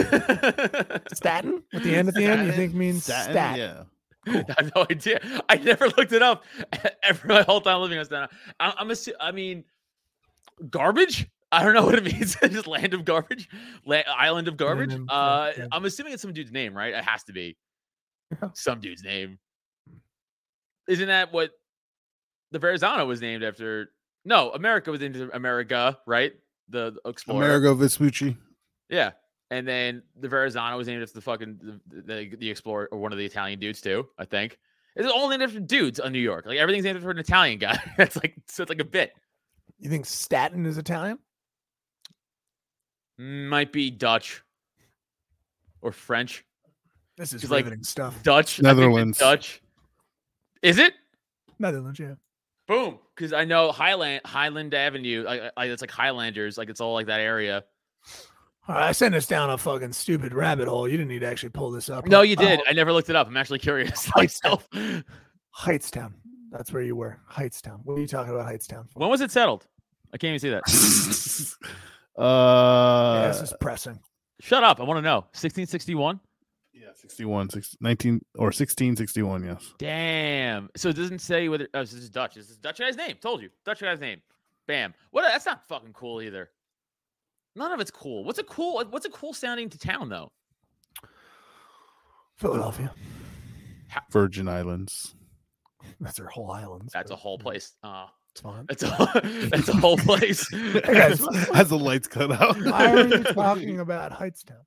Speaker 2: Statin? With the end at the end, you think means
Speaker 3: Statin?
Speaker 2: stat.
Speaker 3: Yeah.
Speaker 4: I have no idea. I never looked it up ever my whole time living on Staten Island. I, I'm assu- I mean, garbage. I don't know what it means. Just land of garbage, La- island of garbage.
Speaker 2: of- yeah,
Speaker 4: uh,
Speaker 2: yeah.
Speaker 4: I'm assuming it's some dude's name, right? It has to be
Speaker 2: Yeah.
Speaker 4: some dude's name. Isn't that what the Verrazano was named after? No, America was named after America, right? The, the explorer.
Speaker 3: Amerigo Vespucci.
Speaker 4: Yeah. And then the Verrazano was named after the fucking the, the, the explorer or one of the Italian dudes too, I think. It's all named after dudes on New York. Like everything's named after an Italian guy. That's like so it's like a bit.
Speaker 2: You think statin is Italian?
Speaker 4: Mm, Might be Dutch or French.
Speaker 2: This is
Speaker 4: He's like,
Speaker 2: riveting stuff.
Speaker 4: Dutch. I think it's
Speaker 3: Netherlands.
Speaker 4: Dutch. Is it?
Speaker 2: Netherlands, yeah.
Speaker 4: Boom. Because I know Highland Highland Avenue. I, I, I- it's like Highlanders. Like it's all like that area.
Speaker 2: All right, I sent us down a fucking stupid rabbit hole. You didn't need to actually pull this up.
Speaker 4: No,
Speaker 2: huh?
Speaker 4: you did.
Speaker 2: Oh,
Speaker 4: I never looked it up. I'm actually curious
Speaker 2: I-
Speaker 4: myself.
Speaker 2: Heightstown. That's where you were. Heightstown. What are you talking about, Heightstown? For?
Speaker 4: When was it settled? I can't even see that.
Speaker 2: Yeah,
Speaker 3: uh,
Speaker 2: this is pressing.
Speaker 4: Shut up. I want to know. 1661?
Speaker 3: yeah, 61, 16, 19 or 1661, yes.
Speaker 4: Damn. So it doesn't say whether. Oh, so this is Dutch. This is Dutch guy's name. Told you. Dutch guy's name. Bam. What? That's not fucking cool either. None of it's cool. What's a cool? What's a cool sounding to town though?
Speaker 2: Philadelphia.
Speaker 3: Virgin Islands.
Speaker 2: That's Mm-hmm. their whole island.
Speaker 4: That's a whole place. Uh,
Speaker 2: It's fine.
Speaker 4: that's a that's a whole place.
Speaker 2: guys,
Speaker 3: As the lights cut out.
Speaker 2: Why are you talking about Heightstown?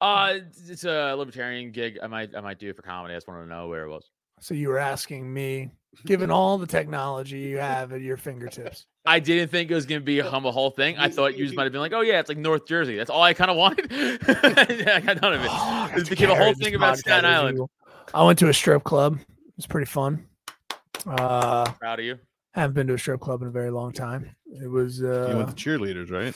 Speaker 4: Uh, it's a libertarian gig. I might I might do it for comedy. I just wanted to know where it was.
Speaker 2: So you were asking me, given all the technology you have at your fingertips.
Speaker 4: I didn't think it was gonna be a hum a whole thing. I thought you might have been like, oh yeah, it's like North Jersey. That's all I kind of wanted. I got none of it.
Speaker 2: Oh, I
Speaker 4: This
Speaker 2: got
Speaker 4: became a whole
Speaker 2: carried this
Speaker 4: thing about
Speaker 2: podcast
Speaker 4: Staten
Speaker 2: as
Speaker 4: Island.
Speaker 2: usual. I went to a strip club. It was pretty fun. Uh,
Speaker 4: Proud of you.
Speaker 2: haven't been to a strip club in a very long time. It was.
Speaker 3: you went
Speaker 2: Uh,
Speaker 3: to cheerleaders, right?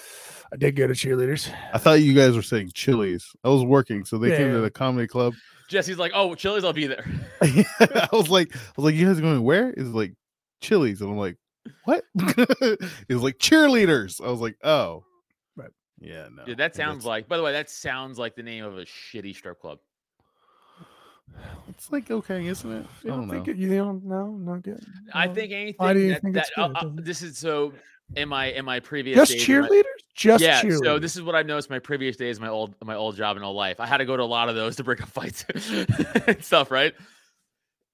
Speaker 2: I did go to cheerleaders.
Speaker 3: I thought you guys were saying Chili's. I was working, so they
Speaker 2: Yeah,
Speaker 3: came
Speaker 2: yeah.
Speaker 3: to the comedy club.
Speaker 4: Jesse's like, oh, Chili's, I'll be there.
Speaker 3: I was like, I was like, you guys are going where? Is like Chili's, and I'm like, what? it was like cheerleaders. I was like, oh,
Speaker 2: Right.
Speaker 3: Yeah, no.
Speaker 4: Dude, that sounds like. By the way, that sounds like the name of a shitty strip club.
Speaker 3: it's like okay, isn't it? I
Speaker 2: You
Speaker 3: don't know.
Speaker 2: think it- you don't know? No good.
Speaker 4: I
Speaker 2: No.
Speaker 4: think anything
Speaker 2: do you
Speaker 4: that,
Speaker 2: think
Speaker 4: that
Speaker 2: it's
Speaker 4: uh,
Speaker 2: good? It
Speaker 4: uh,
Speaker 2: doesn't-
Speaker 4: this is so. In my in my previous
Speaker 2: just
Speaker 4: days in my-
Speaker 2: cheerleaders. Just
Speaker 4: yeah,
Speaker 2: cheerleaders.
Speaker 4: so this is what I've noticed my previous days, my old my old job and old life. I had to go to a lot of those to break up fights and stuff, right?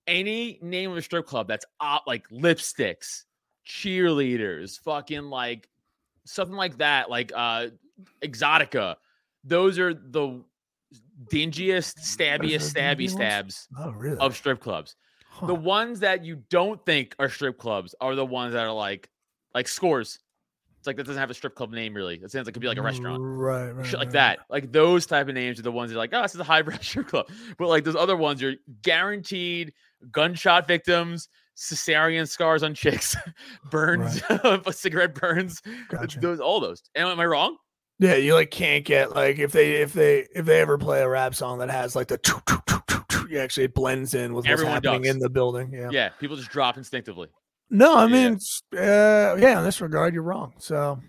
Speaker 4: Any name of a strip club that's op, like lipsticks, cheerleaders, fucking like something like that, like uh exotica. Those are the dingiest,
Speaker 2: the
Speaker 4: stabbiest,
Speaker 2: dingy
Speaker 4: stabby
Speaker 2: ones?
Speaker 4: stabs
Speaker 2: oh really?
Speaker 4: of strip clubs
Speaker 2: Huh.
Speaker 4: the ones that you don't think are strip clubs are the ones that are like like scores. It's like that doesn't have a strip club name really. It sounds like it could be like a restaurant.
Speaker 2: Right. right
Speaker 4: Shit like
Speaker 2: right.
Speaker 4: that. Like those type of names are the ones that are like, oh, this is a high strip club. But like those other ones are guaranteed gunshot victims, cesarean scars on chicks, burns, cigarette burns.
Speaker 2: Gotcha.
Speaker 4: Those all those. Am, am I wrong?
Speaker 2: Yeah, you like can't get like if they if they if they ever play a rap song that has like the choo, choo, choo, choo, choo, you actually it blends in with what's
Speaker 4: Everyone
Speaker 2: happening
Speaker 4: ducks.
Speaker 2: in the building. Yeah.
Speaker 4: Yeah. people just drop instinctively.
Speaker 2: No, I
Speaker 4: Yeah.
Speaker 2: mean, s- uh, yeah, in this regard, you're wrong. So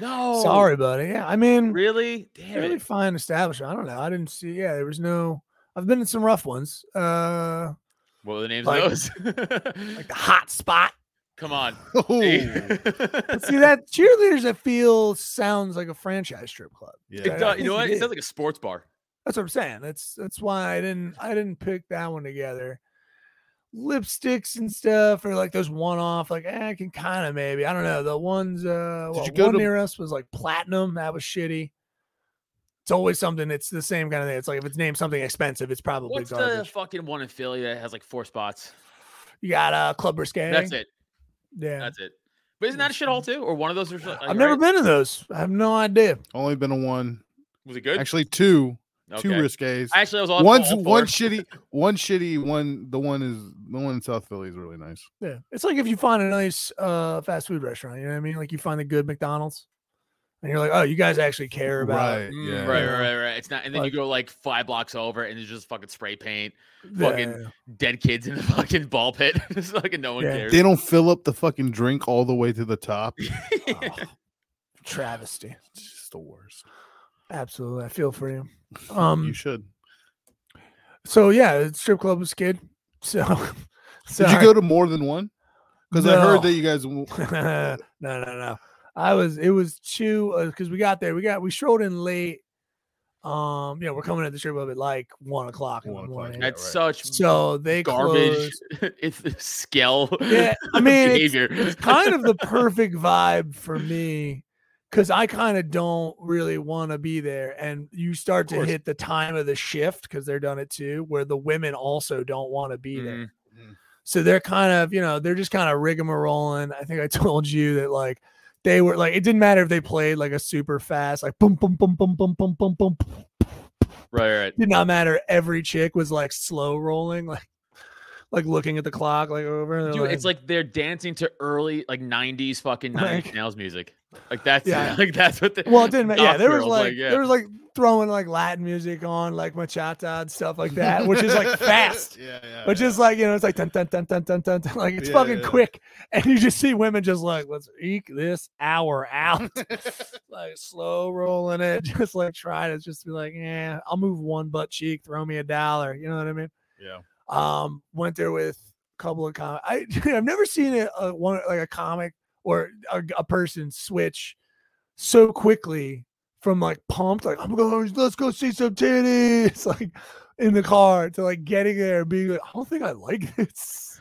Speaker 4: No.
Speaker 2: sorry, buddy. Yeah, I mean, really,
Speaker 4: Oh. Really? Damn
Speaker 2: really
Speaker 4: it.
Speaker 2: fine establishment. I don't know. I didn't see. Yeah, there was no. I've been in some rough ones. Uh,
Speaker 4: What were the names
Speaker 2: Like-
Speaker 4: of those?
Speaker 2: like the hot spot.
Speaker 4: Come on.
Speaker 3: Oh, yeah.
Speaker 2: But
Speaker 4: Let's
Speaker 2: see that cheerleaders. I feel sounds like a franchise strip club.
Speaker 4: It
Speaker 2: I
Speaker 4: does, you
Speaker 2: think
Speaker 4: know
Speaker 2: it
Speaker 4: what? It
Speaker 2: is.
Speaker 4: sounds like a sports bar.
Speaker 2: That's what I'm saying. That's that's why I didn't I didn't pick that one together. Lipsticks and stuff, or like those one off, like eh, I can kind of maybe I don't know the ones. Uh,
Speaker 3: Did
Speaker 2: well,
Speaker 3: you go
Speaker 2: one
Speaker 3: to-
Speaker 2: near us was like platinum. That was shitty. It's always something. It's the same kind of thing. It's like if it's named something expensive, it's probably
Speaker 4: What's the
Speaker 2: garbage.
Speaker 4: fucking one in Philly that has like four spots?
Speaker 2: you got uh, Club Risque.
Speaker 4: That's it.
Speaker 2: Yeah,
Speaker 4: That's it. But isn't that a shithole too? Or one of those? Are,
Speaker 2: I've never been to those. I have no idea.
Speaker 3: Only been to one,
Speaker 4: Was it good?
Speaker 3: actually two. Two
Speaker 4: Okay.
Speaker 3: risques.
Speaker 4: Actually, I was all
Speaker 3: One's
Speaker 4: all for
Speaker 3: one
Speaker 4: it.
Speaker 3: shitty, one shitty, one. The one is the one in South Philly is really nice.
Speaker 2: Yeah, it's like if you find a nice uh, fast food restaurant, you know what I mean? Like you find a good McDonald's, and you're like, oh, you guys actually care about
Speaker 3: Right?
Speaker 4: Mm,
Speaker 3: Yeah.
Speaker 4: Right, right, right, right. It's not, and then
Speaker 2: Like-
Speaker 4: you go like five blocks over, and there's just fucking spray paint,
Speaker 2: the-
Speaker 4: Fucking- dead kids in the fucking ball pit. it's fucking no one
Speaker 2: Yeah.
Speaker 4: cares.
Speaker 3: They don't fill up the fucking drink all the way to the top.
Speaker 2: Oh, travesty.
Speaker 3: It's just the worst.
Speaker 2: Absolutely, I feel for you.
Speaker 3: you
Speaker 2: Um,
Speaker 3: should.
Speaker 2: so yeah, strip club was kid. So,
Speaker 3: Did you go to more than one? Because I
Speaker 2: No.
Speaker 3: heard that you guys. w-
Speaker 2: no, no, no. I was it was two because we got there. We got we strolled in late. Um, you know, we're coming at the strip club at like one o'clock in
Speaker 3: One
Speaker 2: the
Speaker 3: o'clock,
Speaker 2: morning.
Speaker 3: yeah.
Speaker 4: That's
Speaker 3: right.
Speaker 4: such
Speaker 2: So they
Speaker 4: garbage.
Speaker 2: closed-
Speaker 4: it's the scale.
Speaker 2: Yeah, I mean, it's,
Speaker 4: behavior.
Speaker 2: it's kind of the perfect vibe for me because I kind of don't really want to be there. And you start to
Speaker 4: course.
Speaker 2: hit the time of the shift because they're done it too, where the women also don't want to be there.
Speaker 4: Mm,
Speaker 2: So they're kind of, you know, they're just kind of rigmaroling. I think I told you that like they were like it didn't matter if they played like a super fast, like boom, boom, boom, boom, boom, boom, boom, boom.
Speaker 4: right, right.
Speaker 2: Did not matter. Every chick was like slow rolling, like like looking at the clock, like over. and they're
Speaker 4: Dude, it's like they're dancing to early like '90s fucking Nine Inch
Speaker 2: Like-
Speaker 4: Nails music. Like that's
Speaker 2: Yeah.
Speaker 4: like that's what. The,
Speaker 2: well, it didn't matter. Yeah,
Speaker 4: goth
Speaker 2: there was
Speaker 4: girls,
Speaker 2: like,
Speaker 4: yeah.
Speaker 2: there was like throwing like Latin music on, like machata and stuff like that, which is like fast.
Speaker 3: yeah, yeah.
Speaker 2: Which is like you know, it's like dun dun dun dun dun dun, dun, like it's
Speaker 3: Yeah,
Speaker 2: fucking
Speaker 3: yeah.
Speaker 2: quick, and you just see women just like let's eke this hour out, like slow rolling it, just like trying to just be like, yeah, I'll move one butt cheek, throw me a dollar, you know what I mean?
Speaker 3: yeah.
Speaker 2: Um, went there with a couple of comic. I I've never seen a, a one like a comic or a, a person switch so quickly from like pumped, like I'm going, let's go see some titties, like in the car to like getting there and being like, I don't think I like this.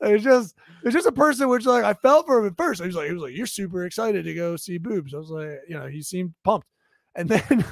Speaker 2: It's just it's just a person which like I felt for him at first. He was like, he was like, you're super excited to go see boobs. I was like, you know, he seemed pumped. And then and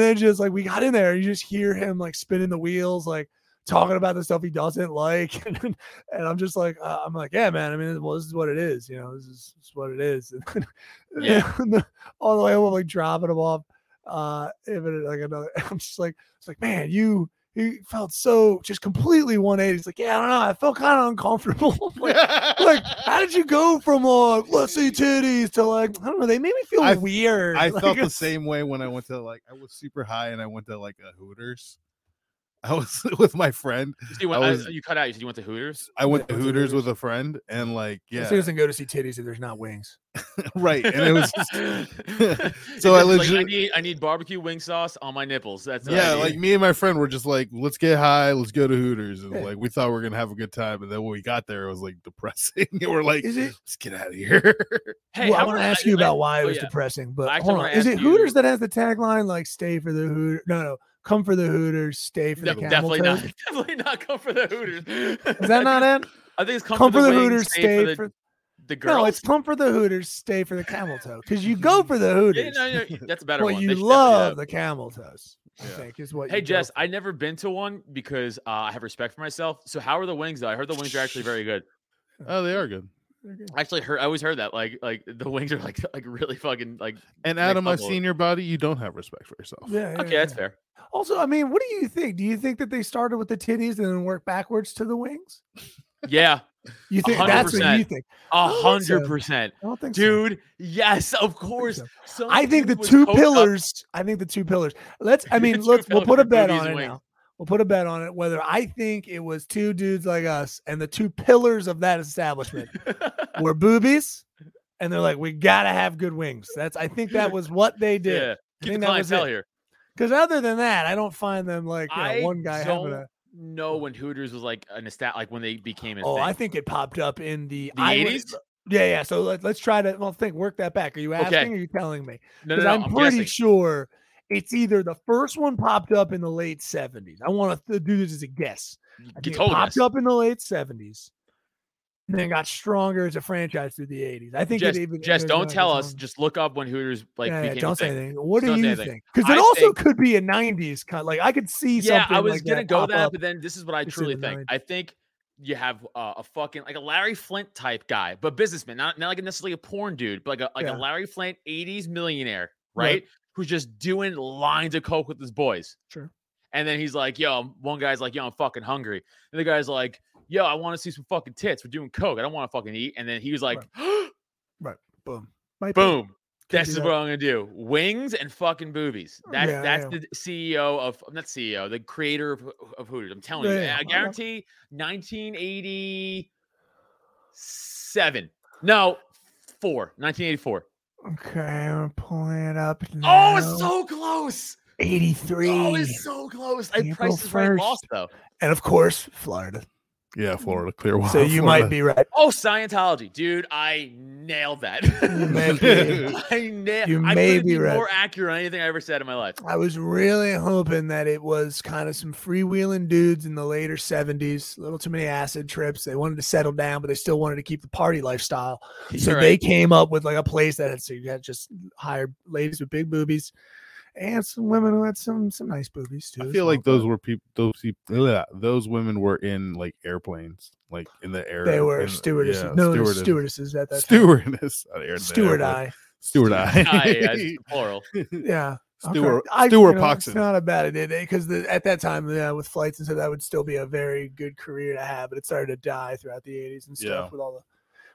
Speaker 2: then just like we got in there and you just hear him like spinning the wheels, like talking about the stuff he doesn't like. And, then- and I'm just like, uh, I'm like, yeah, man. I mean, well, this is what it is. You know, this is, this is what it is. And then, and
Speaker 4: Yeah.
Speaker 2: then all the way home, I'm like dropping him off. Uh, if it, like another, I'm just like, it's like, man, you, you felt so just completely 180. He's like, yeah, I don't know. I felt kind of uncomfortable. I'm like, like, how did you go from like let's see titties to like I don't know? They made me feel
Speaker 3: I-
Speaker 2: weird.
Speaker 3: I
Speaker 2: Like,
Speaker 3: felt the
Speaker 2: it's-
Speaker 3: same way when I went to like I was super high and I went to like a Hooters. I was with my friend.
Speaker 4: So you, went,
Speaker 3: I
Speaker 4: I-
Speaker 3: was-
Speaker 4: you cut out. You said you went to Hooters.
Speaker 3: I went to
Speaker 2: went to
Speaker 3: Hooters with a friend and like yeah,
Speaker 2: She doesn't go to see titties if there's not wings.
Speaker 3: right. And it was just
Speaker 4: so I
Speaker 3: I
Speaker 4: legit. I
Speaker 3: legit-
Speaker 4: need I need barbecue wing sauce on my nipples. That's what I
Speaker 3: yeah,
Speaker 4: need.
Speaker 3: like me and my friend were just like, let's get high, let's go to Hooters, and
Speaker 2: Yeah.
Speaker 3: like we thought we were gonna have a good time, and then when we got there, it was like depressing. and we're like,
Speaker 2: Is it-
Speaker 3: let's get out of here.
Speaker 4: Hey,
Speaker 2: well, I
Speaker 4: how
Speaker 2: want to
Speaker 4: about-
Speaker 2: ask you about why it
Speaker 4: oh,
Speaker 2: was
Speaker 4: yeah.
Speaker 2: depressing, but
Speaker 4: I actually
Speaker 2: hold
Speaker 4: wanna
Speaker 2: on. Is
Speaker 4: ask
Speaker 2: it Hooters
Speaker 4: you-
Speaker 2: that has the tagline like "Stay for the Hooters"? No, no, come for the Hooters, stay for
Speaker 4: No,
Speaker 2: the camel
Speaker 4: definitely
Speaker 2: toe"?
Speaker 4: not. Definitely not come for the Hooters.
Speaker 2: Is that not it?
Speaker 4: I think it's come,
Speaker 2: Come for the
Speaker 4: wings,
Speaker 2: Hooters,
Speaker 4: for
Speaker 2: stay
Speaker 4: the,
Speaker 2: for.
Speaker 4: the girls.
Speaker 2: No, it's come for the Hooters, stay for the camel toe. Because you go for the
Speaker 4: Yeah,
Speaker 2: Hooters,
Speaker 4: no, no, that's a better
Speaker 2: but
Speaker 4: one.
Speaker 2: you
Speaker 4: They should definitely do that.
Speaker 2: love the camel toes. I
Speaker 3: Yeah.
Speaker 2: think is what.
Speaker 4: Hey
Speaker 2: you go
Speaker 4: Jess,
Speaker 2: for.
Speaker 4: I never been to one because uh, I have respect for myself. So how are the wings though? I heard the wings are actually very good.
Speaker 3: oh, they are good.
Speaker 4: I Actually, heard I always heard that like like the wings are like like really fucking like
Speaker 3: And
Speaker 4: Next
Speaker 3: Adam, I've
Speaker 4: level.
Speaker 3: seen your body. You don't have respect for yourself.
Speaker 2: Yeah, yeah,
Speaker 4: okay, that's
Speaker 2: yeah.
Speaker 4: fair.
Speaker 2: Also, I mean, what do you think? Do you think that they started with the titties and then worked backwards to the wings?
Speaker 4: Yeah,
Speaker 2: You think that's what you
Speaker 4: 100%.
Speaker 2: think?
Speaker 4: a
Speaker 2: I don't think so.
Speaker 4: hundred percent,
Speaker 2: I don't think, so.
Speaker 4: dude. Yes, of course.
Speaker 2: so.
Speaker 4: some
Speaker 2: I think the
Speaker 4: dude was
Speaker 2: two
Speaker 4: coked up-
Speaker 2: pillars. I think the two pillars. Let's. I
Speaker 4: The
Speaker 2: mean,
Speaker 4: two
Speaker 2: let's. We'll
Speaker 4: pillars
Speaker 2: put a
Speaker 4: were
Speaker 2: bet
Speaker 4: boobies
Speaker 2: on it
Speaker 4: and wings.
Speaker 2: now. We'll put a bet on it whether I think it was two dudes like us and the two pillars of that establishment were boobies, and they're like, we gotta have good wings. That's. I think that was what they did.
Speaker 4: yeah, keep
Speaker 2: think
Speaker 4: the
Speaker 2: that was
Speaker 4: clientele
Speaker 2: it.
Speaker 4: here.
Speaker 2: Because other than that, I don't find them like you know,
Speaker 4: I
Speaker 2: one guy having
Speaker 4: don't
Speaker 2: a.
Speaker 4: know when Hooters was like an estat like when they became a
Speaker 2: Oh,
Speaker 4: thing.
Speaker 2: I think it popped up in the
Speaker 4: The
Speaker 2: I uh, would-
Speaker 4: 80s?
Speaker 2: Yeah, yeah. So let, let's try to well think work that back. Are you asking?
Speaker 4: Okay.
Speaker 2: Or are you telling me?
Speaker 4: no, no,
Speaker 2: Because
Speaker 4: no,
Speaker 2: I'm, pretty
Speaker 4: guessing.
Speaker 2: sure it's either the first one popped up in the late '70s. I want to do this as a guess. I
Speaker 4: you
Speaker 2: think it
Speaker 4: told
Speaker 2: popped
Speaker 4: us.
Speaker 2: up in the late '70s, and then got stronger as a franchise through the '80s. I think
Speaker 4: Jess,
Speaker 2: it even
Speaker 4: Jess,
Speaker 2: entered
Speaker 4: don't
Speaker 2: another
Speaker 4: tell us.
Speaker 2: song.
Speaker 4: Just look up when Hooters like
Speaker 2: yeah, yeah,
Speaker 4: became a
Speaker 2: don't say
Speaker 4: thing.
Speaker 2: anything. What do
Speaker 4: Don't say
Speaker 2: you
Speaker 4: anything.
Speaker 2: think? Because it
Speaker 4: I
Speaker 2: also
Speaker 4: think-
Speaker 2: could be a '90s kind. Like I could see
Speaker 4: Yeah,
Speaker 2: something.
Speaker 4: I was
Speaker 2: like
Speaker 4: gonna go
Speaker 2: pop
Speaker 4: that,
Speaker 2: up.
Speaker 4: but then this is what I
Speaker 2: It's in
Speaker 4: truly
Speaker 2: the
Speaker 4: think.
Speaker 2: 90s.
Speaker 4: I think you have uh, a fucking like a Larry Flint type guy, but businessman, not not like necessarily a porn dude, but like a like
Speaker 2: Yeah.
Speaker 4: a Larry Flint '80s millionaire,
Speaker 2: Right.
Speaker 4: right? who's just doing lines of coke with his boys.
Speaker 2: Sure.
Speaker 4: And then he's like, "Yo," I'm- one guy's like, "Yo, I'm fucking hungry," and the guy's like, "Yo, I want to see some fucking tits. We're doing coke. I don't want to fucking eat." And then he was like,
Speaker 2: Boom. Might be.
Speaker 4: "Boom."
Speaker 2: Could
Speaker 4: This
Speaker 2: be
Speaker 4: is
Speaker 2: that.
Speaker 4: what I'm gonna do: wings and fucking boobies. That's
Speaker 2: Yeah,
Speaker 4: that's
Speaker 2: yeah.
Speaker 4: the CEO of not CEO, the creator of, of Hooters. I'm telling
Speaker 2: Yeah,
Speaker 4: you,
Speaker 2: yeah,
Speaker 4: I
Speaker 2: I know.
Speaker 4: guarantee 1987. No, four. 1984.
Speaker 2: Okay, I'm pulling it up.
Speaker 4: Oh,
Speaker 2: now.
Speaker 4: it's so close.
Speaker 2: 83.
Speaker 4: Oh, it's so close. I
Speaker 2: April
Speaker 4: prices right
Speaker 2: 1st.
Speaker 4: lost though.
Speaker 2: and of course, Florida.
Speaker 3: Yeah, Florida, Clearwater.
Speaker 2: So you might be right.
Speaker 4: Oh, Scientology, dude! I nailed that.
Speaker 2: may be.
Speaker 4: I nailed.
Speaker 2: You
Speaker 4: I
Speaker 2: may
Speaker 4: couldn't
Speaker 2: be
Speaker 4: be
Speaker 2: right.
Speaker 4: more accurate on anything I ever said in my life.
Speaker 2: I was really hoping that it was kind of some freewheeling dudes in the later 70s, a little too many acid trips. They wanted to settle down, but they still wanted to keep the party lifestyle. So
Speaker 4: You're
Speaker 2: they
Speaker 4: right.
Speaker 2: came up with like a place that had so you had just hired ladies with big boobies and some women who had some some nice boobies too.
Speaker 3: I
Speaker 2: as
Speaker 3: feel like
Speaker 2: well.
Speaker 3: those were people. Those people. Those women were in like airplanes, like in the air.
Speaker 2: they were
Speaker 3: in-
Speaker 2: stewardesses.
Speaker 3: yeah,
Speaker 2: no, they were
Speaker 3: stewardess-
Speaker 2: stewardesses at that time.
Speaker 3: Stewardess. not air- the
Speaker 2: Steward
Speaker 3: airplane.
Speaker 2: eye.
Speaker 3: Steward eye.
Speaker 4: Ah, yeah, it's plural.
Speaker 2: Yeah. okay.
Speaker 3: Steward.
Speaker 2: I- you
Speaker 3: Steward
Speaker 2: know, It's
Speaker 3: Poxon.
Speaker 2: not a bad idea because at that time, yeah, with flights and stuff, that would still be a very good career to have. But it started to die throughout the 80s and stuff
Speaker 3: Yeah.
Speaker 2: with all the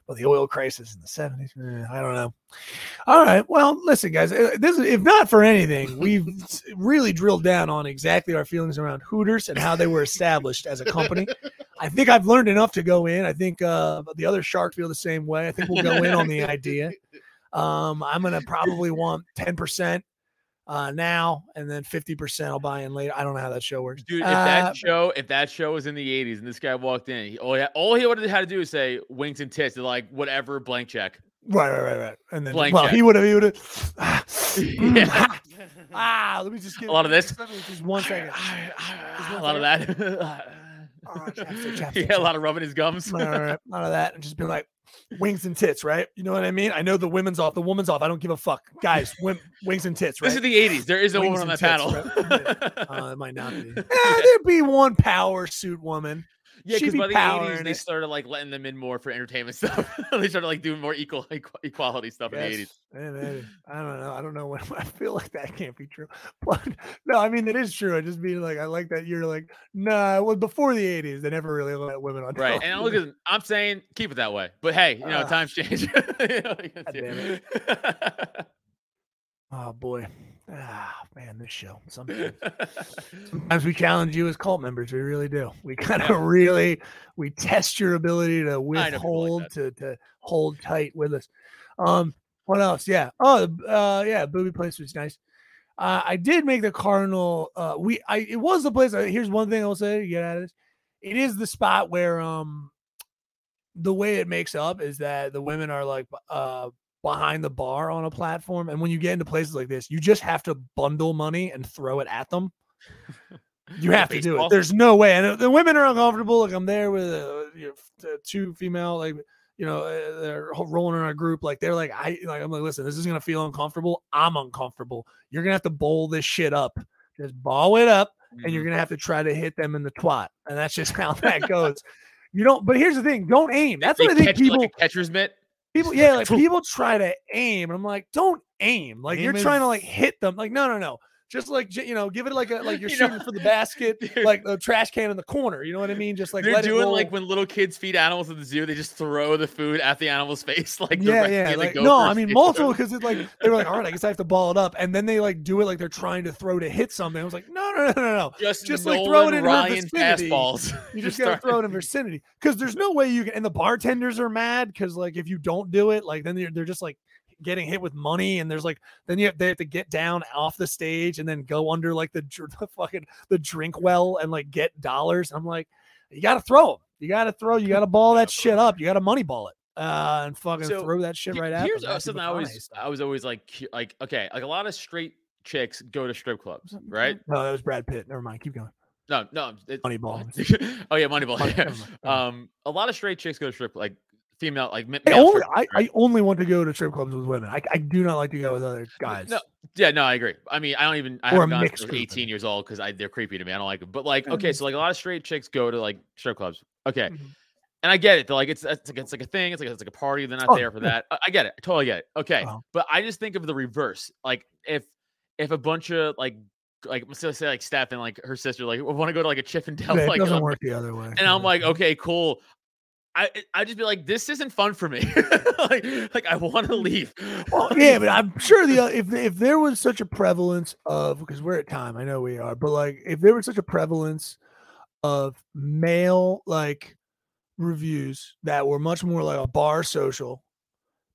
Speaker 2: well, the oil crisis in the 70s. eh, I don't know. All right. Well, listen, guys. eh, This, is- if not for anything, we've s- really drilled down on exactly our feelings around Hooters and how they were established as a company. I think I've learned enough to go in. I think uh, the other sharks feel the same way. I think we'll go in on the idea. Um, I'm gonna probably want 10% uh, now, and then 50% I'll buy in later. I don't know how that show works,
Speaker 4: Dude, if
Speaker 2: Uh,
Speaker 4: that show, if that show was in the '80s and this guy walked in, he, all, he, all he would have had to do is say "wings and tits," and like whatever blank check.
Speaker 2: Right, right, right, right. And then
Speaker 4: Blank
Speaker 2: well,
Speaker 4: check.
Speaker 2: he would have, he would have. Ah, mm,
Speaker 4: Yeah.
Speaker 2: ah, ah, let me just get
Speaker 4: lot of this.
Speaker 2: let me Just one second. Oh, Just
Speaker 4: a
Speaker 2: one
Speaker 4: lot of
Speaker 2: second.
Speaker 4: that.
Speaker 2: right, chapstick, chapstick,
Speaker 4: yeah, a lot of rubbing his gums.
Speaker 2: Right, right, right. None of that, and just be like wings and tits, right? You know what I mean? I know the women's off, the woman's off. I don't give a fuck, guys. Wim, wings and tits, right?
Speaker 4: This is the '80s. There is no
Speaker 2: Wings
Speaker 4: woman on
Speaker 2: and
Speaker 4: that panel.
Speaker 2: tits, uh, it might not be. Eh, there'd be one power suit woman.
Speaker 4: Yeah,
Speaker 2: She'd
Speaker 4: because
Speaker 2: be
Speaker 4: by the
Speaker 2: powering
Speaker 4: eighties they
Speaker 2: it.
Speaker 4: started like letting them in more for entertainment stuff. they started like doing more equal equ- equality stuff in the eighties.
Speaker 2: Yeah, maybe. I don't know. I don't know when I feel like that can't be true. But no, I mean it is true. I just mean like I like that you're like, nah, it was before the eighties. They never really let women on.
Speaker 4: Right. And I'm,
Speaker 2: television."
Speaker 4: looking, I'm saying keep it that way. But hey, you know,
Speaker 2: Ah.
Speaker 4: times change. You know, you gotta do
Speaker 2: damn
Speaker 4: it.
Speaker 2: Oh boy. Ah man, this show. Sometimes, sometimes we challenge you as cult members. We really do. We kind of really we test your ability to
Speaker 4: like
Speaker 2: withhold
Speaker 4: that.
Speaker 2: to to hold tight with us. Um, what else? Yeah. Oh, the- uh, yeah. Booby place was nice. Uh, I did make the Cardinal. Uh, we I it was the place. uh, here's one thing I'll say to get out of this. It is the spot where um the way it makes up is that the women are like uh behind the bar on a platform, and when you get into places like this, you just have to bundle money and throw it at them. You
Speaker 4: Like
Speaker 2: have to do
Speaker 4: baseball.
Speaker 2: it. There's no way. And uh, the women are uncomfortable. Like I'm there with uh, you know, f- uh, two female, like you know, uh, they're ho- rolling in a group. Like they're like, I like I'm like, listen, this is gonna feel uncomfortable. I'm uncomfortable. You're gonna have to bowl this shit up. Just ball it up,
Speaker 4: Mm-hmm.
Speaker 2: and you're gonna have to try to hit them in the twat. And that's just how that goes. You don't. But here's the thing: don't aim. That's
Speaker 4: They
Speaker 2: what I think
Speaker 4: catch you
Speaker 2: people.
Speaker 4: like a catcher's mitt.
Speaker 2: People, yeah, like people try to aim, and I'm like, don't aim. Like you're
Speaker 3: Aim
Speaker 2: trying to
Speaker 3: is-
Speaker 2: like hit them. Like no, no, no. Just like j- you know, give it like a like you're
Speaker 4: You know,
Speaker 2: shooting for the basket,
Speaker 4: dude.
Speaker 2: like the trash can in the corner. You know what I mean? Just like
Speaker 4: They're
Speaker 2: let it
Speaker 4: doing like
Speaker 2: roll.
Speaker 4: when little kids feed animals at the zoo, they just throw the food at the animal's face. Like
Speaker 2: yeah,
Speaker 4: directly
Speaker 2: yeah.
Speaker 4: in the
Speaker 2: Like, no, I
Speaker 4: gopher's
Speaker 2: mean
Speaker 4: face.
Speaker 2: multiple because it's like they were like, all right, I guess I have to ball it up, and then they like do it like they're trying to throw to hit something. I was like, no, no, no, no, no.
Speaker 4: just,
Speaker 2: just, like,
Speaker 4: Nolan,
Speaker 2: throw it in her
Speaker 4: Ryan
Speaker 2: vicinity.
Speaker 4: fastballs.
Speaker 2: You just gotta throw it in vicinity because there's no way you can. And the bartenders are mad because like if you don't do it, like then they're, they're just like getting hit with money, and there's like then you have, they have to get down off the stage and then go under like the, dr- the fucking the drink well and like get dollars. I'm like, you gotta throw 'em. You gotta throw. You gotta ball that shit up. You gotta money ball it. Uh, and fucking
Speaker 4: So,
Speaker 2: throw that shit
Speaker 4: He-
Speaker 2: right out.
Speaker 4: Here's uh, something I always, I was always like, cu- like okay, like a lot of straight chicks go to strip clubs, right?
Speaker 2: No, that was Brad Pitt. Never mind. Keep going.
Speaker 4: No, no, it,
Speaker 2: Money ball.
Speaker 4: what? oh yeah, Moneyball.
Speaker 2: Money- uh-huh. never
Speaker 4: yeah.
Speaker 2: mind, never mind.
Speaker 4: Um, a lot of straight chicks go to strip like female like ma-
Speaker 2: I
Speaker 4: male
Speaker 2: only,
Speaker 4: strip
Speaker 2: I,
Speaker 4: clubs, right?
Speaker 2: I only want to go to strip clubs with women. I, I do not like to go with other guys.
Speaker 4: No, yeah, no, I agree. I mean, I don't even I
Speaker 2: Or a
Speaker 4: haven't gone
Speaker 2: mixed
Speaker 4: since
Speaker 2: group, I Mm-hmm.
Speaker 4: 18 years old because I they're creepy to me. I don't like them. But like,
Speaker 2: Yeah,
Speaker 4: okay,
Speaker 2: no.
Speaker 4: so like a lot of straight chicks go to like strip clubs. Okay.
Speaker 2: Mhm.
Speaker 4: And I get it. They're like it's it's like it's like a thing. It's like it's like a party. They're not
Speaker 2: Oh,
Speaker 4: there for
Speaker 2: yeah.
Speaker 4: that. I I get it. I totally get it. Okay.
Speaker 2: Uh-huh.
Speaker 4: But I just think of the reverse. Like if if a bunch of like like so say like Steph and like her sister like want to go to like a Chippendale
Speaker 2: Yeah, it
Speaker 4: like
Speaker 2: doesn't
Speaker 4: uh,
Speaker 2: work the other way.
Speaker 4: and I'm like, okay, cool. I eh, I just be like, this isn't fun for me. like like I want to leave.
Speaker 2: Well, yeah, but I'm sure the oth- if if there was such a prevalence of because we're at time, I know we are, but like if there was such a prevalence of male like reviews that were much more like a bar social,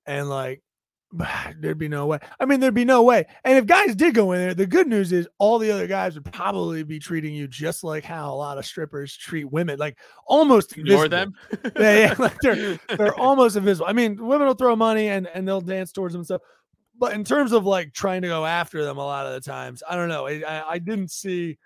Speaker 2: and like there'd be no way. I mean, there'd be no way. And if guys did go in there, the good news is all the other guys would probably be treating you just like how a lot of strippers treat women, like almost
Speaker 4: Ignore
Speaker 2: invisible
Speaker 4: them.
Speaker 2: yeah, yeah. Like they're they're almost invisible. I mean, women will throw money and and they'll dance towards them and stuff. But in terms of like trying to go after them, a lot of the times, I don't know. I I, I didn't see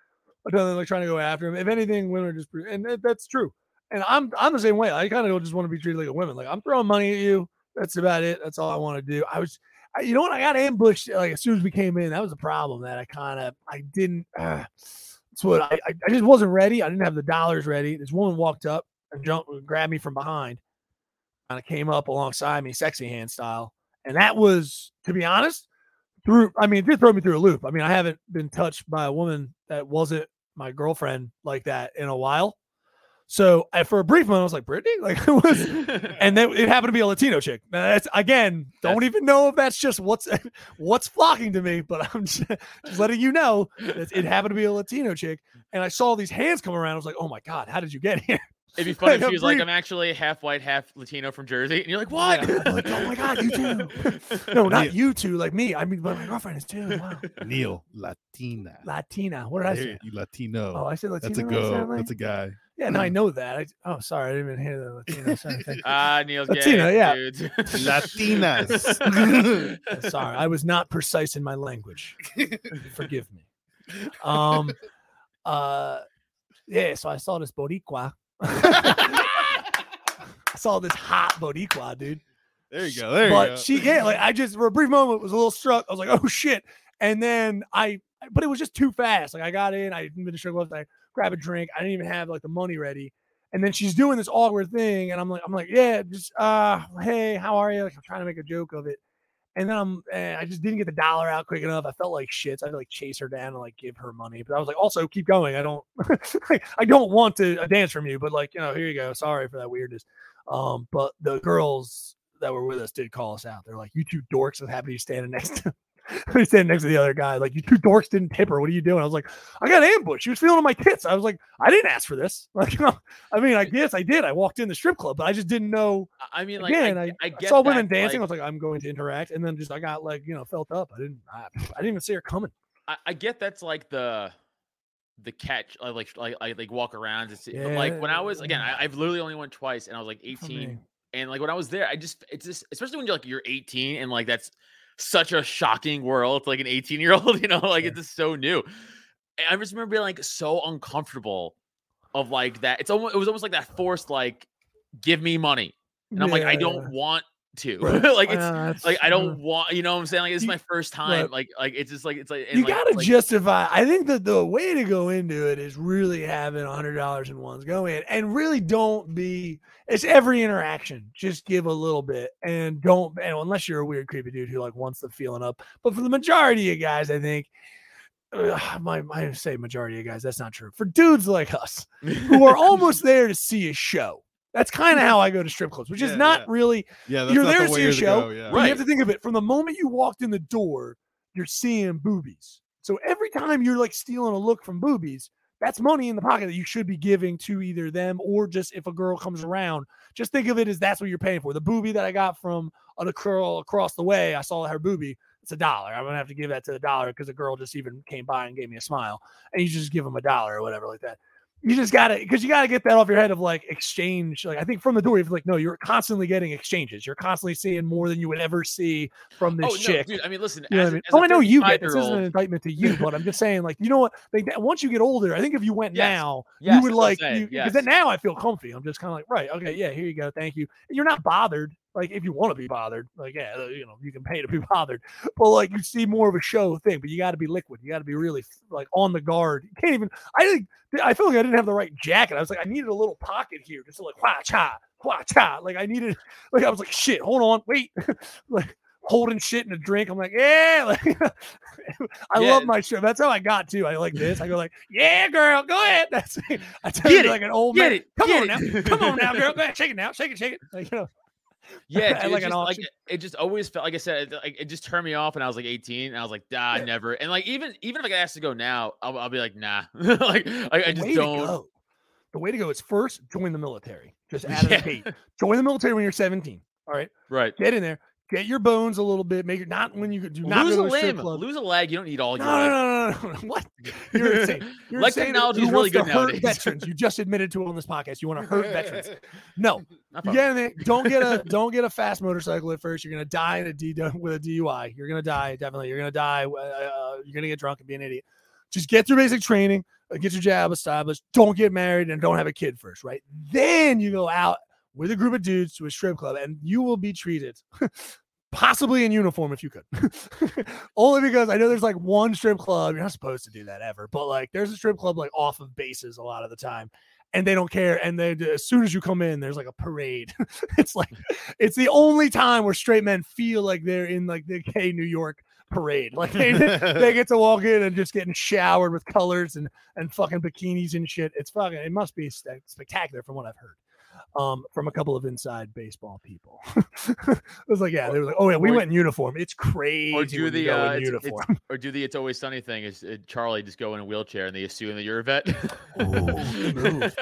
Speaker 2: a ton of them like trying to go after them. If anything, women are just pre- and that- that's true. And I'm I'm the same way. I kind of just want to be treated like a woman. Like I'm throwing money at you. That's about it. That's all I want to do. I was, I, you know what? I got ambushed like as soon as we came in. That was a problem that I kind of I didn't. Uh, that's what I, I I just wasn't ready. I didn't have the dollars ready. This woman walked up and jumped, grabbed me from behind, kind of came up alongside me, sexy hand style. And that was, to be honest, through, I mean, it did throw me through a loop. I mean, I haven't been touched by a woman that wasn't my girlfriend like that in a while. So I, for a brief moment, I was like, Brittany? Like, it was, and then it happened to be a Latino chick. Now, that's again, don't
Speaker 4: That's-
Speaker 2: even know if that's just what's what's flocking to me, but I'm just, just letting you know that it happened to be a Latino chick. And I saw these hands come around. I was like, oh my god, how did you get here?
Speaker 4: It'd be funny
Speaker 2: Like
Speaker 4: if
Speaker 2: a
Speaker 4: she was like,
Speaker 2: brief-
Speaker 4: I'm actually half white, half Latino from Jersey. And you're like, what?
Speaker 2: I'm like, oh my god, you too. No, not you two, like me. I mean, but my girlfriend is too. Wow,
Speaker 3: Neil Latina.
Speaker 2: Latina. What did I
Speaker 3: There
Speaker 2: say?
Speaker 3: you Latino.
Speaker 2: Oh, I said Latina.
Speaker 3: That's a go. That's a guy.
Speaker 2: yeah, no, I know that. I, oh, sorry, I didn't even hear the Latino side of thing.
Speaker 4: Ah, Neil's gay.
Speaker 2: Latino, yeah.
Speaker 4: dudes.
Speaker 3: Latinas.
Speaker 2: sorry, I was not precise in my language. Forgive me. Um, uh, yeah. So I saw this Boricua. I saw this hot Boricua, dude.
Speaker 3: There you go. There
Speaker 2: but
Speaker 3: you go.
Speaker 2: she yeah like i just for a brief moment was a little struck i was like oh shit and then i but it was just too fast like i got in i didn't finish gloves i grab a drink i didn't even have like the money ready and then she's doing this awkward thing and i'm like i'm like yeah just uh hey how are you like i'm trying to make a joke of it and then i'm eh, i just didn't get the dollar out quick enough i felt like shit so i had to like chase her down and like give her money but i was like also keep going i don't i don't want to a dance from you but like you know here you go sorry for that weirdness um but the girls that were with us did call us out. They're like, "You two dorks!" is happy to be standing next to, They're standing next to the other guy. Like, you two dorks didn't tip her. What are you doing? I was like, I got ambushed. She was feeling on my tits. I was like, I didn't ask for this. Like, you know, I mean, I guess I did. I walked in the strip club, but I just didn't know.
Speaker 4: I mean, like,
Speaker 2: Again,
Speaker 4: I,
Speaker 2: I, I,
Speaker 4: get
Speaker 2: saw women
Speaker 4: that,
Speaker 2: dancing.
Speaker 4: like-
Speaker 2: I was like, I'm going to interact, and then just I got like you know felt up. I didn't. I, I didn't even see her coming.
Speaker 4: I, I get that's like the the catch like like like, like, like walk around and see, but
Speaker 2: Yeah,
Speaker 4: like when I was again I,
Speaker 2: yeah.
Speaker 4: I've literally only went twice and I was like
Speaker 2: for
Speaker 4: 18
Speaker 2: me.
Speaker 4: and like when I was there I just it's just especially when you're like you're 18 and like that's such a shocking world to, like an 18 year old you know like it's just so new and I just remember being like so uncomfortable of like that it's almost it was almost like that forced like give me money and I'm like I don't want to
Speaker 2: Right.
Speaker 4: like it's
Speaker 2: Yeah, that's-
Speaker 4: like I
Speaker 2: yeah.
Speaker 4: don't want you know what I'm saying like it's
Speaker 2: Uh-huh. You-
Speaker 4: my first time
Speaker 2: look,
Speaker 4: like like it's just like it's like and,
Speaker 2: you
Speaker 4: like,
Speaker 2: gotta
Speaker 4: like,
Speaker 2: justify. I think that the way to go into it is really having a hundred dollars in ones go in, and really don't be. It's every interaction. Just give a little bit, and don't. And unless you're a weird, creepy dude who like wants the feeling up, but for the majority of guys, I think. ugh, my, I say majority of guys. That's not true. For dudes like us, who are almost there to see a show. That's
Speaker 4: Mm-hmm.
Speaker 2: kind of how I go to strip clubs, which is
Speaker 3: Yeah,
Speaker 2: not
Speaker 3: yeah.
Speaker 2: really
Speaker 3: yeah, that's
Speaker 2: you're
Speaker 3: not
Speaker 2: there
Speaker 3: the
Speaker 2: to
Speaker 3: way
Speaker 2: see a
Speaker 3: to
Speaker 2: show,
Speaker 3: go, Yeah.
Speaker 2: but You have to think of it from the moment you walked in the door, you're seeing boobies. So every time you're like stealing a look from boobies, that's money in the pocket that you should be giving to either them or just if a girl comes around. Just think of it as that's what you're paying for. The boobie that I got from a girl across the way, I saw her boobie. It's a dollar. I'm gonna have to give that to the dollar because the girl just even came by and gave me a smile, and you just give them a dollar or whatever like that. You just gotta because you gotta get that off your head of like exchange. Like I think from the door, you're like, no, you're constantly getting exchanges. You're constantly seeing more than you would ever see from this
Speaker 4: oh,
Speaker 2: chick.
Speaker 4: No, dude, I mean, listen.
Speaker 2: You know what I
Speaker 4: as a-
Speaker 2: mean?
Speaker 4: as a
Speaker 2: Oh, I know you get this isn't an
Speaker 4: 35-year-old
Speaker 2: indictment to you, but I'm just saying, like, you know what? Like that, once you get older, I think if you went
Speaker 4: Yes.
Speaker 2: now, you
Speaker 4: Yes,
Speaker 2: would
Speaker 4: that's what I'm
Speaker 2: like
Speaker 4: saying,
Speaker 2: because
Speaker 4: yes.
Speaker 2: then now I feel comfy. I'm just kind of like, right, okay, yeah, here you go, thank you. And you're not bothered. Like if you want to be bothered, like yeah, uh, you know, you can pay to be bothered. But like you see more of a show thing, but you got to be liquid. You got to be really like on the guard. You can't even. I think I feel like I didn't have the right jacket. I was like, I needed a little pocket here, just to like wah cha wah cha. Like I needed. Like I was like, shit, hold on, wait, like. holding shit in a drink. I'm like, yeah. Like, I
Speaker 4: Yeah.
Speaker 2: love my show. That's how I got too. I like this. I go like, yeah, girl, go ahead. That's I tell
Speaker 4: Get
Speaker 2: you
Speaker 4: it,
Speaker 2: like an old
Speaker 4: Get
Speaker 2: man.
Speaker 4: it.
Speaker 2: Come
Speaker 4: get
Speaker 2: on
Speaker 4: it.
Speaker 2: now, come on now, girl, go ahead, shake it now, shake it, shake it. Like, you know,
Speaker 4: Yeah,
Speaker 2: At,
Speaker 4: dude,
Speaker 2: like,
Speaker 4: like,
Speaker 2: an
Speaker 4: just, like
Speaker 2: auction.
Speaker 4: it just always felt like I said, it, like it just turned me off when I was like 18, and I was like, nah, I never. And like even even if I get asked to go now, I'll, I'll be like, nah, like I, I
Speaker 2: the
Speaker 4: just
Speaker 2: way To
Speaker 4: don't.
Speaker 2: go, the way to go is first join the military. Just out of
Speaker 4: Yeah.
Speaker 2: the gate, join the military when you're 17. All right,
Speaker 4: Right,
Speaker 2: get in there, get your bones a little bit. Make it not when you do not
Speaker 4: lose a
Speaker 2: go to a strip
Speaker 4: limb,
Speaker 2: club.
Speaker 4: lose a leg. You don't need all
Speaker 2: no,
Speaker 4: your.
Speaker 2: no,
Speaker 4: life.
Speaker 2: no, no, no, no. What? You're insane. You're
Speaker 4: Like
Speaker 2: insane.
Speaker 4: technology
Speaker 2: Who
Speaker 4: is really
Speaker 2: wants to
Speaker 4: good
Speaker 2: hurt
Speaker 4: nowadays.
Speaker 2: Veterans, you just admitted to it on this podcast. You want to hurt veterans? No,
Speaker 4: Not
Speaker 2: you
Speaker 4: fun.
Speaker 2: get in there. Don't get a don't get a fast motorcycle at first. You're gonna die in a D with a DUI. You're gonna die definitely. You're gonna die. Uh, uh, you're gonna get drunk and be an idiot. Just get through basic training. uh, Get your job established. Don't get married and don't have a kid first, right? Then you go out with a group of dudes to a strip club, and you will be treated. Possibly in uniform if you could. Only because I know there's like one strip club. You're not supposed to do that ever, but like there's a strip club like off of bases a lot of the time and they don't care. And they, as soon as you come in, there's like a parade. it's like it's the only time where straight men feel like they're in like the gay New York parade. Like they, they get to walk in and just getting showered with colors and and fucking bikinis and shit. It's fucking. It must be sta- spectacular from what I've heard. Um, from a couple of inside baseball people, it was like, yeah, they were like, oh yeah, we
Speaker 4: Or-
Speaker 2: went in uniform. It's crazy.
Speaker 4: Or do
Speaker 2: when you
Speaker 4: the
Speaker 2: go in
Speaker 4: uh, it's- it's-
Speaker 2: uniform?
Speaker 4: or do the it's always sunny thing is uh, Charlie just go in a wheelchair and they assume that you're a vet.
Speaker 2: good move.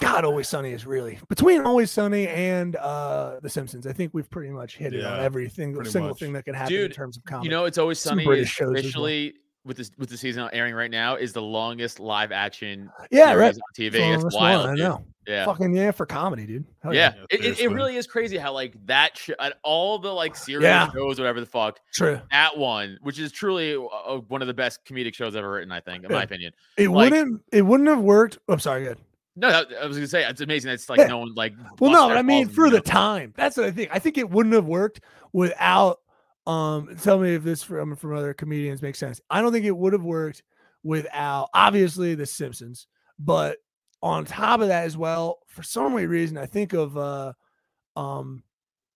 Speaker 2: God, Always Sunny is really between Always Sunny and uh The Simpsons. I think we've pretty much hit it on
Speaker 3: Yeah,
Speaker 2: everything,
Speaker 3: pretty
Speaker 2: single
Speaker 3: much.
Speaker 2: thing that can happen in
Speaker 4: Dude,
Speaker 2: terms of comedy.
Speaker 4: you know, it's always
Speaker 2: Some
Speaker 4: sunny
Speaker 2: British
Speaker 4: is
Speaker 2: shows as well.
Speaker 4: officially with this with the season out airing right now is the longest live action
Speaker 2: yeah,
Speaker 4: series
Speaker 2: right.
Speaker 4: on TV.
Speaker 2: Well,
Speaker 4: it's
Speaker 2: that's
Speaker 4: wild.
Speaker 2: one, I
Speaker 4: dude.
Speaker 2: know.
Speaker 4: Yeah.
Speaker 2: Fucking yeah, for comedy, dude. Hell
Speaker 4: yeah,
Speaker 3: Yeah,
Speaker 4: It, it,
Speaker 3: seriously.
Speaker 4: it really is crazy how like that sh- and all the like series
Speaker 2: Yeah.
Speaker 4: shows whatever the fuck
Speaker 2: true.
Speaker 4: that one which is truly uh, uh, one of the best comedic shows ever written I think in my
Speaker 2: Yeah.
Speaker 4: opinion
Speaker 2: It
Speaker 4: Like-
Speaker 2: wouldn't. It wouldn't have worked. oh, I'm sorry, good.
Speaker 4: no that, I was gonna say it's amazing that's like
Speaker 2: Yeah.
Speaker 4: no one like
Speaker 2: Well,
Speaker 4: busts
Speaker 2: no, but
Speaker 4: their
Speaker 2: I mean
Speaker 4: balls,
Speaker 2: for
Speaker 4: you
Speaker 2: the
Speaker 4: know?
Speaker 2: time. That's what I think. I think it wouldn't have worked without. Um, tell me if this from from other comedians makes sense. I don't think it would have worked without obviously The Simpsons, but on top of that as well, for some weird reason, I think of uh, um,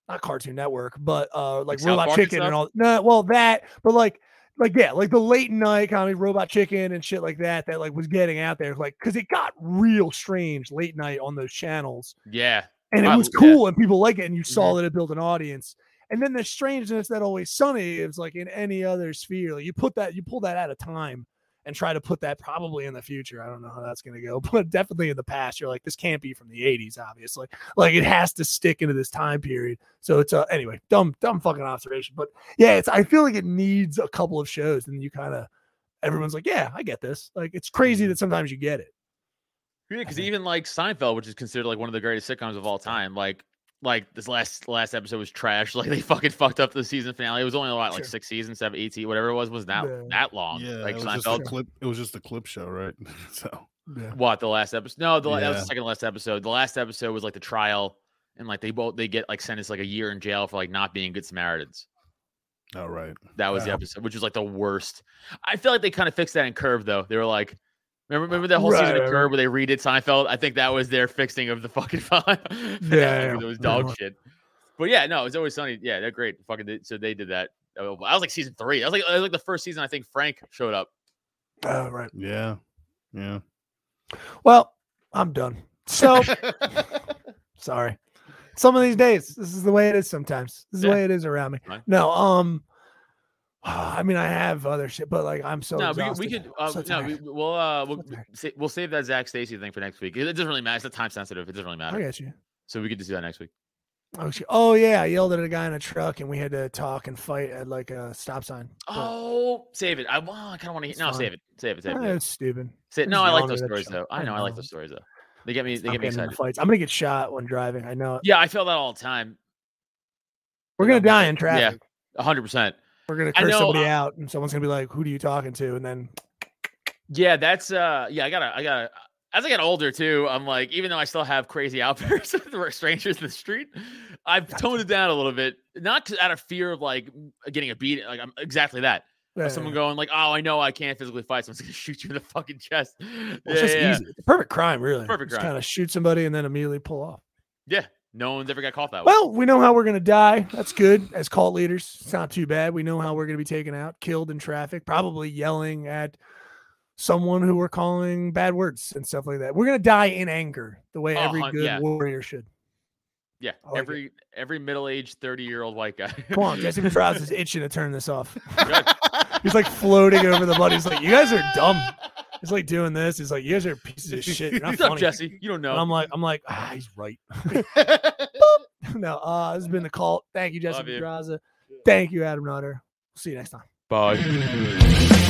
Speaker 2: not Cartoon Network, but uh, like
Speaker 4: South
Speaker 2: Robot
Speaker 4: Park and
Speaker 2: Chicken
Speaker 4: stuff?
Speaker 2: and all. No, well that, but like like yeah, like the late night comedy, Robot Chicken and shit like that, that like was getting out there, like because it got real strange late night on those channels,
Speaker 4: yeah
Speaker 2: and it
Speaker 4: I
Speaker 2: was
Speaker 4: love that.
Speaker 2: cool, and people like it, and you saw that it built an audience. And then the strangeness that always sunny is like in any other sphere, like you put that you pull that out of time and try to put that probably in the future. I don't know how that's going to go, but definitely in the past, you're like this can't be from the '80s, obviously. Like it has to stick into this time period. So it's uh, anyway, dumb dumb fucking observation, but yeah, it's I feel like it needs a couple of shows, and you kind of everyone's like, yeah, I get this. Like it's crazy that sometimes you get it.
Speaker 4: Yeah, because even like Seinfeld, which is considered like one of the greatest sitcoms of all time, like like this last last episode was trash. Like they fucking fucked up the season finale. It was only a lot like
Speaker 2: Sure.
Speaker 4: six seasons, seven, eight, se- whatever it was, was that
Speaker 2: Yeah.
Speaker 4: that long.
Speaker 3: yeah, it
Speaker 4: like
Speaker 3: was just a
Speaker 4: Seinfeld.
Speaker 3: clip. It was just a clip show, right? so
Speaker 2: Yeah.
Speaker 4: What the last episode? No, the, la- that was
Speaker 3: Yeah.
Speaker 4: the second last episode. The last episode was like the trial, and like they both they get like sentenced like a year in jail for like not being good Samaritans.
Speaker 3: all right.
Speaker 4: That was the
Speaker 3: Wow.
Speaker 4: episode, which was like the worst. I feel like they kind of fixed that in Curve though. They were like, remember, remember that whole season
Speaker 2: Right,
Speaker 4: of
Speaker 2: right,
Speaker 4: Curve where they redid Seinfeld? I think that was their fixing of the fucking file. yeah,
Speaker 2: yeah,
Speaker 4: it was
Speaker 2: yeah.
Speaker 4: dog shit. But yeah, no, it's always sunny. Yeah, they're great. Fucking did- so they did that. Uh, I was like season three. I was like, I was like the first season. I think Frank showed up.
Speaker 2: Oh, right.
Speaker 3: Yeah. Yeah.
Speaker 2: Well, I'm done. So sorry. Some of these days, this is the way it is sometimes. This is
Speaker 4: Yeah.
Speaker 2: the way it is around me.
Speaker 4: Fine.
Speaker 2: No, um I mean I have other shit, but like I'm so
Speaker 4: no, we, could-
Speaker 2: exhausted.
Speaker 4: we could.
Speaker 2: I'm
Speaker 4: Uh,
Speaker 2: so
Speaker 4: no,
Speaker 2: tired.
Speaker 4: we, we'll uh, we'll,
Speaker 2: tired.
Speaker 4: sa- we'll save that Zach Stacy thing for next week. It, it doesn't really matter. It's not time sensitive. It doesn't really matter.
Speaker 2: I got you.
Speaker 4: So we could just do that next week.
Speaker 2: Oh, shit. Oh, yeah, I yelled at a guy in a truck and we had to talk and fight at like a stop sign. but,
Speaker 4: Oh, save it. I, well, I kind of want to.
Speaker 2: It's
Speaker 4: No,
Speaker 2: fine.
Speaker 4: save it. Save it. Save it.
Speaker 2: eh, it's stupid.
Speaker 4: Say,
Speaker 2: I'm
Speaker 4: no,
Speaker 2: just
Speaker 4: I like
Speaker 2: yelling
Speaker 4: those
Speaker 2: at that
Speaker 4: stories
Speaker 2: shit.
Speaker 4: though. I
Speaker 2: I
Speaker 4: know, I like
Speaker 2: know.
Speaker 4: those stories though. They get me. They
Speaker 2: Stop
Speaker 4: get me
Speaker 2: getting into
Speaker 4: excited.
Speaker 2: fights. I'm gonna get shot when driving. I know it.
Speaker 4: Yeah, I feel that all the time.
Speaker 2: we're
Speaker 4: yeah,
Speaker 2: gonna die in
Speaker 4: Yeah,
Speaker 2: traffic.
Speaker 4: hundred percent.
Speaker 2: We're gonna
Speaker 4: I
Speaker 2: curse
Speaker 4: know, uh,
Speaker 2: somebody
Speaker 4: I-
Speaker 2: out and someone's gonna be like, Who do you talking to? And then
Speaker 4: Yeah, that's. uh Yeah, I gotta. I gotta. As I get older too, I'm like, even though I still have crazy outbursts with strangers in the street, I've toned it down a little bit, not 'cause- out of fear of like m- getting a beat, like I'm exactly that. Of Someone
Speaker 2: eh,
Speaker 4: going like, "Oh, I know I can't physically fight, someone's gonna shoot you in the fucking chest."
Speaker 2: Well, it's
Speaker 4: Yeah,
Speaker 2: just
Speaker 4: yeah, yeah.
Speaker 2: easy. It's a perfect crime, really.
Speaker 4: Perfect crime.
Speaker 2: Kind of shoot somebody and then immediately pull off.
Speaker 4: Yeah, No one's ever got caught that way.
Speaker 2: Well, we know how we're gonna die. That's good as cult leaders. It's not too bad. We know how we're gonna be taken out, killed in traffic, probably yelling at someone who we're calling bad words and stuff like that. We're gonna die in anger, the way
Speaker 4: Oh,
Speaker 2: every
Speaker 4: hun-
Speaker 2: good
Speaker 4: yeah.
Speaker 2: warrior should.
Speaker 4: yeah,
Speaker 2: I like it.
Speaker 4: every every middle aged thirty year old white guy.
Speaker 2: Come on, Jesse Petrov is itching to turn this off.
Speaker 4: Good.
Speaker 2: He's like floating over the mud. He's like, "You guys are dumb." He's like doing this. He's like, "You guys are pieces of shit." You're not
Speaker 4: What's up,
Speaker 2: funny.
Speaker 4: Jesse? You don't know.
Speaker 2: And I'm like, I'm like, ah, he's right. no, uh, this has been the cult. Thank you, Jesse
Speaker 4: Love you.
Speaker 2: Pedraza. Thank you, Adam Nutter. See you next time.
Speaker 4: Bye.